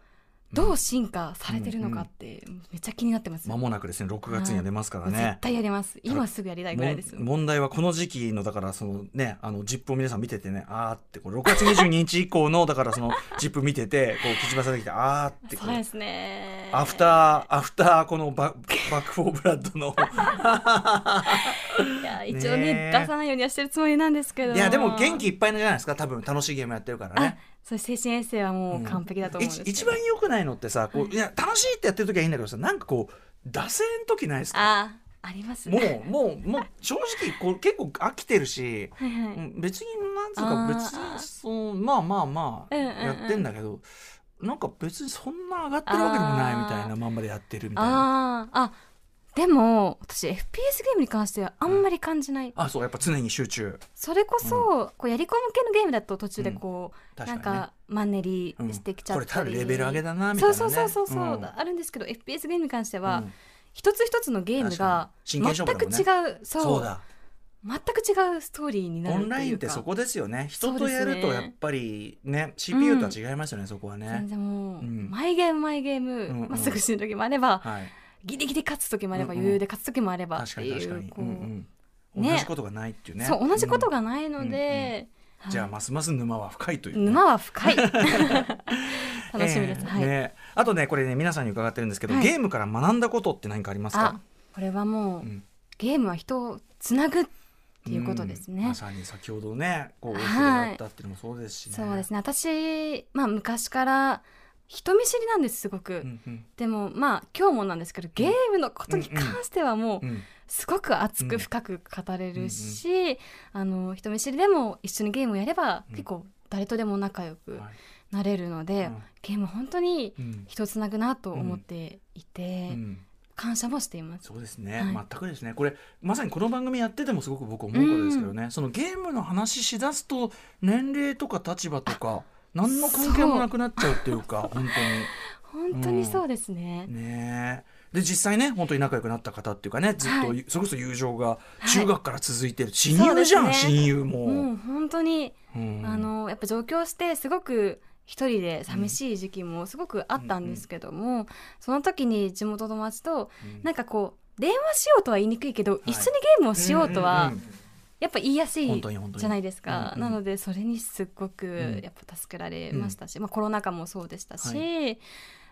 E: どう進化されてるのかってめっちゃ気になってます、
A: 間もなくですね6月には出ますからね
E: 絶、対やります今すぐやりたいぐらいです
A: もん問題はこの時期のだからそのねあのジップを皆さん見ててねあーってこれ6月22日以降のだからそ のジップ見ててこう口ばされてきてあーってこ
E: そう
A: う
E: ですね
A: アフターアフターこのババック・フォー・ブラッド の
E: いや一応ね
A: ねえ
E: 出さないようにはしてるつもりなんですけど
A: いやでも元気いっぱいなんじゃないですか多分楽しいゲームやってるからね
E: あそう精神衛生はもう完璧だと思うんです
A: い
E: けど、
A: 一番良くないのってさこういや楽しいってやってる時はいいんだけどさなんかこう惰性の時ないですか
E: ああります
A: も
E: ね
A: うもうもう正直こう結構飽きてるし
E: はいはい
A: うん別になんつう
E: あ
A: か
E: ー
A: 別にそうまあまあまあ
E: うんうんうん
A: やってんだけど、なんか別にそんな上がってるわけでもないみたいなまんまでやってるみたいな。
E: あああでも私 FPS ゲームに関してはあんまり感じない、
A: あそうやっぱ常に集中
E: それこそ、こうやり込む系のゲームだと途中でこう、
A: うん
E: なん
A: 確かにね
E: かマンネリ
A: うん
E: してきちゃ
A: こ
E: っ
A: れ
E: た
A: ただ
E: り、
A: レベル上げだなみたい
E: そう
A: な、ね、
E: そうそうそうそう、
A: ん
E: あるんですけど FPS ゲームに関しては、
A: うん
E: 一つ一つのゲームが
A: 確
E: 全
A: か
E: く
A: に真剣勝負
E: 違
A: だもんね
E: うそう
A: そうだ
E: 全く違うストーリーになる
A: オ
E: という
A: ン
E: か
A: ラインってそこですよね人
E: そ
A: と
E: うで
A: や
E: すね
A: るとやっぱりね CPU とは違いますよね、そこは
E: 全
A: ね
E: 然もう、
A: うん
E: 毎ゲーム毎ゲーム、
A: んうん
E: まあ、すぐ死ぬ時もあれば、
A: はい
E: ギリギリ勝つ時もあれば、
A: うんうん
E: 余裕で勝つ時もあればっ
A: 確か
E: て
A: に
E: い
A: 確か
E: う
A: に
E: こ
A: う
E: うん
A: うん
E: ね
A: 同じことがないっていうね
E: そう同じこと
A: が、
E: がないので、
A: うんじゃあますます沼は深いという、ね、
E: 沼は 深い楽しみです、
A: えー
E: はい、
A: ねあとねこれね皆さんに伺ってるんですけど、
E: はい
A: ゲームから学んだことって何かあります
E: あ
A: か
E: これはもう、
A: ん
E: ゲームは人をつなぐっていうことです
A: うん
E: ね、
A: まさに先ほどねこうお
E: はい
A: 家でやったっていうのもそうですしね、
E: そうですね私、まあ、昔から人見知りなんですすごく、
A: うんうん
E: でもまあ今日もなんですけどゲームのことに関してはも
A: う
E: うんすごく熱
A: うん
E: く深く語れるし、あの人見知りでも一緒にゲームをやれば
A: うん
E: 結構誰とでも仲良く
A: はい
E: なれるので、
A: うん
E: ゲーム本当に
A: うん
E: 人をつなぐなと思っていて、
A: うん
E: 感謝もしています。
A: そうですね、
E: はい
A: 全くですねこれまさにこの番組やっててもすごく僕思うことですけどね、そのゲームの話しだすと年齢とか立場とか何の関係もなくなっちゃうっていうか本
E: 本当にそうですね
A: 当。にねで実際ね本当に仲良くなった方っていうかねずっと、
E: は
A: それこそ友情が
E: い
A: 中学から続いてる、親友じゃん、
E: そうですね
A: 親友も、
E: もう本当に、
A: うん
E: あのやっぱ上京してすごく一人で寂しい時期もすごくあったんですけども、その時に地元の友達と
A: うん
E: なんかこう電話しようとは言いにくいけど、一緒にゲームをしようとは
A: うんうんうん
E: やっぱ言いやすい
A: 本当に本当に
E: じゃないですか、
A: うんうん
E: なのでそれにすっご
A: う
E: く
A: ん
E: やっぱ助けられましたし、まあ、コロナ禍もそうでしたし、
A: は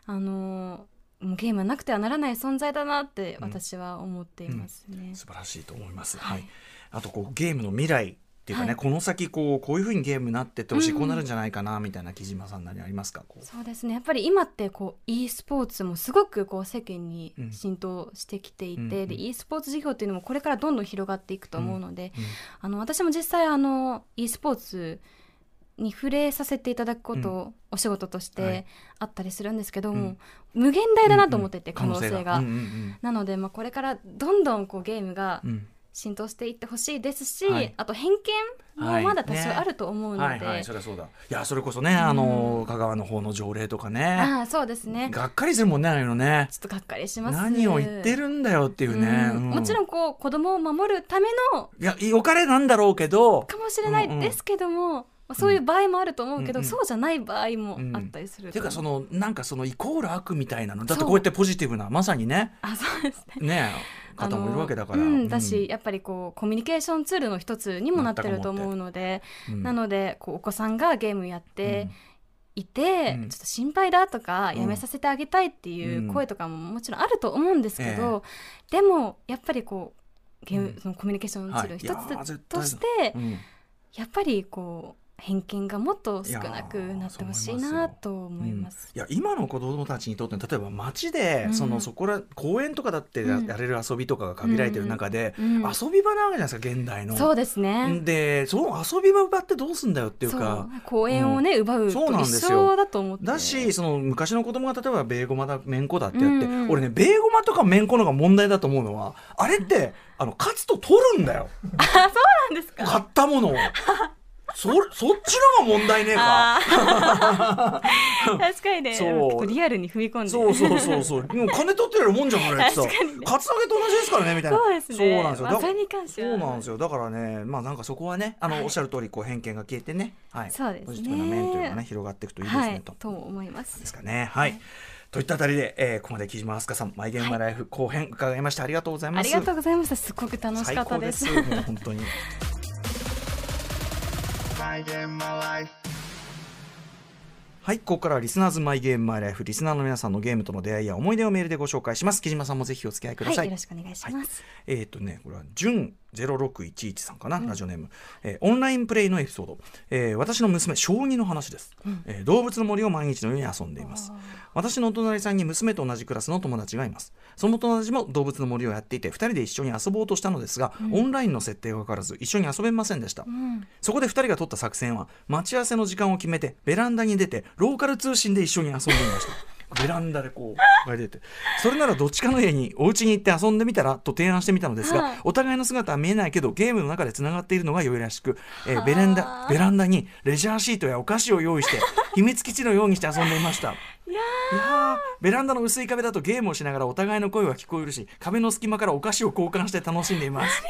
E: あのもうゲームはなくてはならない存在だなって私は思っていますね。
A: 素晴らしいと思います。はい。あとこうゲームの未来っていうかね、
E: はい
A: この先こうこういう風にゲームになってってほしい、
E: うん
A: こうなるんじゃないかなみたいな木島さん何ありますか。こう
E: そうですねやっぱり今ってこう e スポーツもすごくこう世間に浸透してきていて、
A: うんうん
E: で e スポーツ事業っていうのもこれからどんどん広がっていくと思うので、
A: うん
E: あの私も実際あの e スポーツに触れさせていただくことをお仕事とし
A: はい
E: てあったりするんですけども、
A: うん
E: 無限大だなと思っていて、可能性が。
A: うんうん
E: なので、まあ、これからどんどんこうゲームが
A: うんうん
E: 浸透していってほしいですし、
A: はい
E: あと偏見もまだ多
A: はい
E: 少あると思うので、
A: はいはい、そりゃそうだ。いやそれこそね、あの香川の方の条例とかね、
E: ああそうですね
A: がっかりするもんねああいうのね。
E: ちょっとがっかりします
A: 何を言ってるんだよっていうね。
E: うんもちろ
A: ん。
E: んこう子供を守るための
A: いや良かれなんだろうけど。
E: かもしれない
A: うんうん
E: ですけども、まあ、そういう場合もあると思うけど、
A: うんうん
E: そうじゃない場合もあったりする
A: て
E: と
A: いう
E: 思
A: か
E: う、
A: そのなんかそのイコール悪みたいなのだって
E: そう
A: こうやってポジティブなまさにね
E: あそうですね
A: ね方もいるわけだから。
E: あのう
A: うん
E: ん、だしやっぱりこうコミュニケーションツールの一つにもなってると思うので、
A: うん
E: なのでこうお子さんがゲームやっていて、
A: うん
E: ちょっと心配だとか
A: うん
E: やめさせてあげたいっていう声とかももちろんあると思うんですけど、でもやっぱりこうゲーム、
A: うん
E: そのコミュニケーションツールの
A: はいいやー
E: 一
A: 絶
E: つ
A: 対
E: として、
A: うん
E: やっぱりこう偏見がもっと少なくなってほしいなと思います。
A: いや今の子どもたちにとって例えば街で、
E: うん
A: そのそこら公園とかだってや,、
E: うん
A: れる遊びとかが限られてる中で、
E: うん
A: 遊び場なわけじゃないですか現代の。
E: そうですね。
A: でその遊び場ってどうすんだよっていう
E: そ
A: か
E: う。公園をね、奪う
A: そう
E: と
A: なん
E: 一
A: ですよ
E: 緒だと思って。
A: だしその昔の子供が例えばベーゴマだめんこだってやって、
E: うんうん
A: 俺ねベーゴマとかめんこのが問題だと思うのはあれってあの勝つと取るんだよ
E: あ、そうなんですか。
A: 買ったものをそそっちのが問題ねえか
E: あー確かにね
A: そう
E: 結構リアルに踏み込んで
A: そうそうそうそうもう金取ってるもんじゃんあれってさ
E: 確かにね
A: カツアゲと同じですからねみたいな
E: そうですね
A: そうなんですよ
E: まあ
A: だ
E: それに関しては
A: そうなんですよだからねまあなんかそこはねあの、おっしゃる通りこう偏見が消えてねはい
E: そうですね
A: ポジティブな面というのがね広がっていくといいですね、
E: はい
A: と
E: と思います
A: ですかねはい、といったあたりで、えーここまで木島明日香さん「マイ・ゲーム・マイ・ライフ」後編伺いましたありがとうござい
E: あ
A: ます
E: りがとうございましたすごく楽し
A: 最
E: かった
A: 高
E: で
A: ですすもう本当に
C: My game, my life.
A: はいここからはリスナーズマイゲームマイライフリスナーの皆さんのゲームとの出会いや思い出をメールでご紹介します木島さんもぜひお付き合いくださ、
E: はいいよろしくお願いします
A: えーっ、とねこれは純0611さんかな、ラジオネーム、えーオンラインプレイのエピソード、えー私の娘将棋の話です、えー動物の森を毎日のように遊んでいます私のお隣さんに娘と同じクラスの友達がいますその友達も動物の森をやっていて2人で一緒に遊ぼうとしたのですが、オンラインの設定が分からず一緒に遊べませんでした、そこで2人が取った作戦は待ち合わせの時間を決めてベランダに出てローカル通信で一緒に遊んでいました ベランダでこう出てそれならどっちかの家にお家に行って遊んでみたらと提案してみたのですが、お互いの姿は見えないけどゲームの中でつながっているのが良いらしく、えーベランダベランダにレジャーシートやお菓子を用意して秘密基地のようにして遊んでいました。いやーベランダの薄い壁だとゲームをしながらお互いの声は聞こえるし壁の隙間からお菓子を交換して楽しんでいます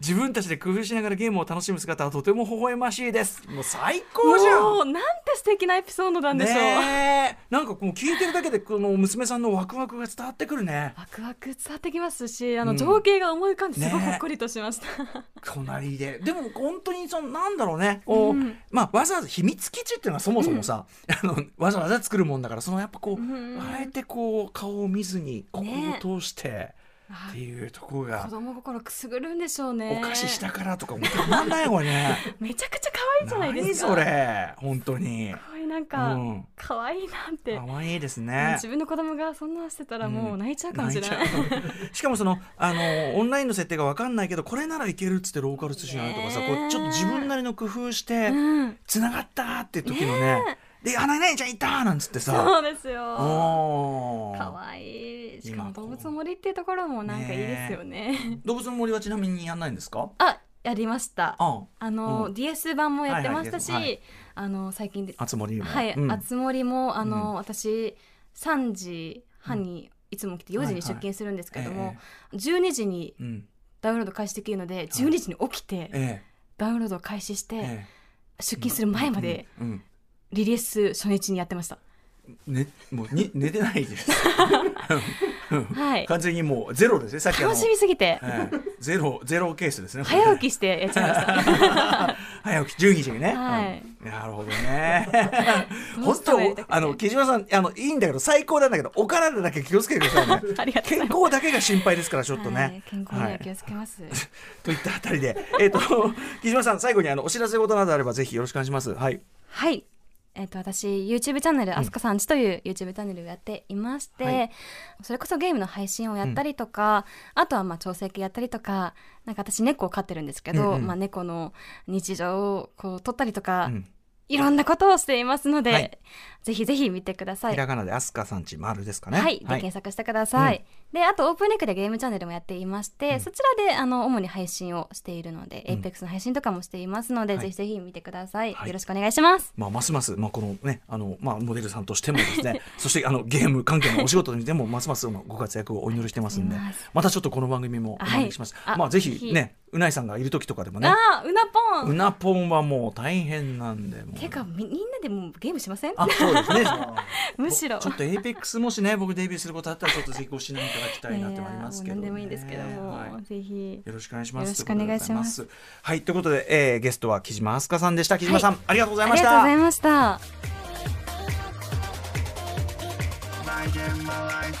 A: 自分たちで工夫しながらゲームを楽しむ姿はとても微笑ましいですもう最高じゃん
E: もうなんて素敵なエピソードなんでしょう、
A: ねえなんかこう聞いてるだけでこの娘さんのワクワクが伝わってくるね
E: ワクワク伝わってきますしあ
A: う
E: の
A: ん
E: 情景が思い浮かんですごく
A: ね
E: ほっこりとしました、
A: 隣ででも本当にそのなんだろうねこう、まあ、わざわざ秘密基地っていうのはそもそもさ、あのわざわざ作るもんだからそのやっぱこう、
E: ん
A: あえてこう顔を見ずにこ
E: ね
A: こを通して、っていうところが
E: 子供心くすぐるんでしょうね
A: お菓子したからとかもうたまんないこれね
E: めちゃくちゃ可愛いじゃない
A: 何
E: ですか
A: それ本当に
E: すごいなんか、
A: うん
E: 可愛いなって
A: 可愛いです
E: もう
A: ね
E: 自分の子供がそんなしてたらもう泣いちゃうかも
A: 泣
E: し
A: い
E: れ
A: ち
E: な
A: ゃ
E: い、
A: うしかもそのあのオンラインの設定が分かんないけどこれならいけるっつってローカル通信やるとかさ
E: ね
A: こ
E: え
A: うちょっと自分なりの工夫して
E: うん
A: つながったっていう時のねで「あなねちゃんいた!」なんつってさ
E: そうですよ
A: おー
E: 可愛いしか
A: 今
E: も
A: こう
E: 動物の森っていうところもなんかいいですよね
A: 動物の森はちなみにやんないんですか
E: あやりましたあ
A: あ
E: の、
A: うん
E: DS 版もやってましたし、
A: はいはい
E: あの最近で
A: あつ森も
E: はい、
A: うん
E: あつ森もあの、
A: うん
E: 私3時半にいつも来て4時
A: はいはい
E: に出勤するんですけども、
A: え
E: 12時に
A: えうん
E: ダウンロード開始できるので12時に起きて
A: え
E: ダウンロードを開始して、
A: ええ
E: 出勤する前まで
A: えうん
E: リリース初日にやってました、
A: ねもうに寝てないです
E: はい
A: 完全にもうゼロですねさっきあの
E: 楽しみすぎて
A: ええゼロゼロケースですねこれね
E: 早起きしてやっちゃいました
A: 早起き12時にね、
E: はい
A: うんなるほど ね
E: どう
A: 本
E: してもやりた
A: 当
E: くて
A: あの木島さんあのいいんだけど最高なんだけどお体だけ気をつけてくださいね
E: ありがと
A: 健
E: うございます
A: 康だけが心配ですからちょっとね、
E: はい、健康には
A: は
E: 気
A: い
E: をつけます、
A: といったあたりでえっ、と木島さん最後にあのお知らせ事などあればぜひよろしくお願いしますはい
E: はい。えっと私 YouTube チャンネル「あすかさんち」という YouTube チャンネルをやっていまして、
A: はい
E: それこそゲームの配信をやったりとか、あとはまあ調整系やったりとかなんか私猫を飼ってるんですけど、
A: うんうん
E: まあ、猫の日常をこう撮ったりとか、
A: うん
E: いろんなことをしていますので、
A: はい
E: ぜひぜひ見てください。
A: ひらがなで飛鳥さんち丸ですかね
E: はい、で検索してください、であとオープンネックでゲームチャンネルもやっていまして、そちらであの主に配信をしているので、エイ APEX の配信とかもしていますので、
A: はい
E: ぜひぜひ見てください、
A: はい
E: よろしくお願いします
A: まあ、ますます、まあ、このね、あの、まあ、モデルさんとしてもです ね、そして、あの、ゲーム関係のお仕事にでも、ますますまあご活躍をお祈りしてますんで
E: ありがとうございます、
A: またちょっとこの番組もお招きします。
E: はいあ
A: まあ、ぜ
E: ぜ
A: ひ
E: ひ
A: ね、うないさんがいる時とかでもね、
E: ああうなぽ
A: うんなぽんはもう大変なんで、もう
E: てかみみんなでもうゲームしません
A: あ、そうですね。
E: むしろ
A: ちょっとエイペックスもしね、僕デビューすることあったら、ちょっとぜひご指南いただきたいなって思いますけど、
E: い
A: ね。
E: やいやもう何でもいいんですけども、
A: はい
E: ぜひ
A: よろしくお願いします。
E: よろしくお願いしま
A: と
E: す
A: うことでございます。はい、ということで、えーゲストは木島明日香さんでした。木島さん、ありがとうござい
E: あ
A: ま
E: り
A: し
E: がとう
A: た
E: ござ。いました。
C: My game, my life.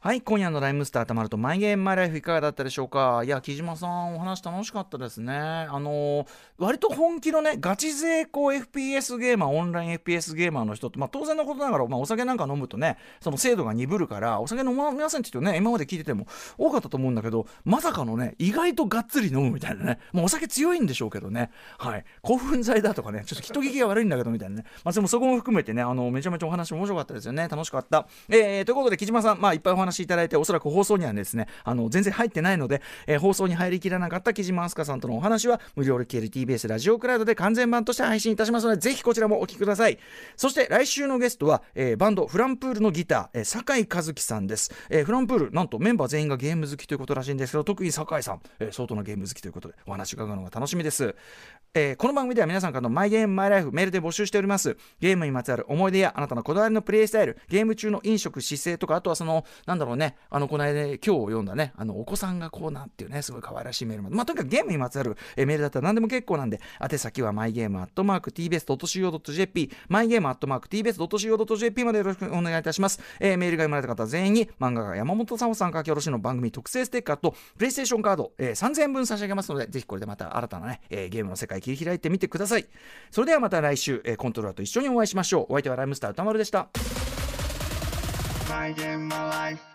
A: はい今夜の「ライムスターたまるとマイゲームマイライフ」いかがだったでしょうかいや木島さんお話楽しかったですねあのー割と本気のねガチ勢こう FPS ゲーマーオンライン FPS ゲーマーの人って、まあ、当然のことながら、まあ、お酒なんか飲むとねその精度が鈍るからお酒飲ま皆さんって言ってね今まで聞いてても多かったと思うんだけどまさかのね意外とがっつり飲むみたいなねもうお酒強いんでしょうけどねはい興奮剤だとかねちょっと人聞きが悪いんだけどみたいなね、まあ、でもそこも含めてねあのめちゃめちゃお話面白かったですよね楽しかった、えーということで木島さんまあいっぱいお話話いただいておそらく放送にはですねあの全然入ってないので、えー放送に入りきらなかった木島明日香さんとのお話は無料で消える TBS ラジオクラウドで完全版として配信いたしますのでぜひこちらもお聞きくださいそして来週のゲストは、えーバンドフランプールのギター、えー酒井和樹さんです、えーフランプールなんとメンバー全員がゲーム好きということらしいんですけど特に酒井さん、えー相当なゲーム好きということでお話伺うのが楽しみですえーこの番組では皆さんからのマイゲームマイライフメールで募集しております。ゲームにまつわる思い出やあなたのこだわりのプレイスタイル、ゲーム中の飲食姿勢とか、あとはその、なんだろうね、あの、この間、ね、今日読んだね、あの、お子さんがこうなんっていうね、すごい可愛らしいメールまで。まあ、とにかくゲームにまつわる、えーメールだったら何でも結構なんで、宛先はマイゲームアットマーク tbs.co.jp、マイゲームアットマーク tbs.co.jp までよろしくお願いいたします。えーメールが読まれた方全員に漫画家山本さおさん書き下ろしの番組特製ステッカーと、プレイステーションカード、えー3000円分差し上げますので、ぜひこれでまた新たなね、えーゲームの世界切り開いてみてください。それではまた来週、えーコントローラーと一緒にお会いしましょう。お相手はライムスター歌丸でした。
C: my game, my life.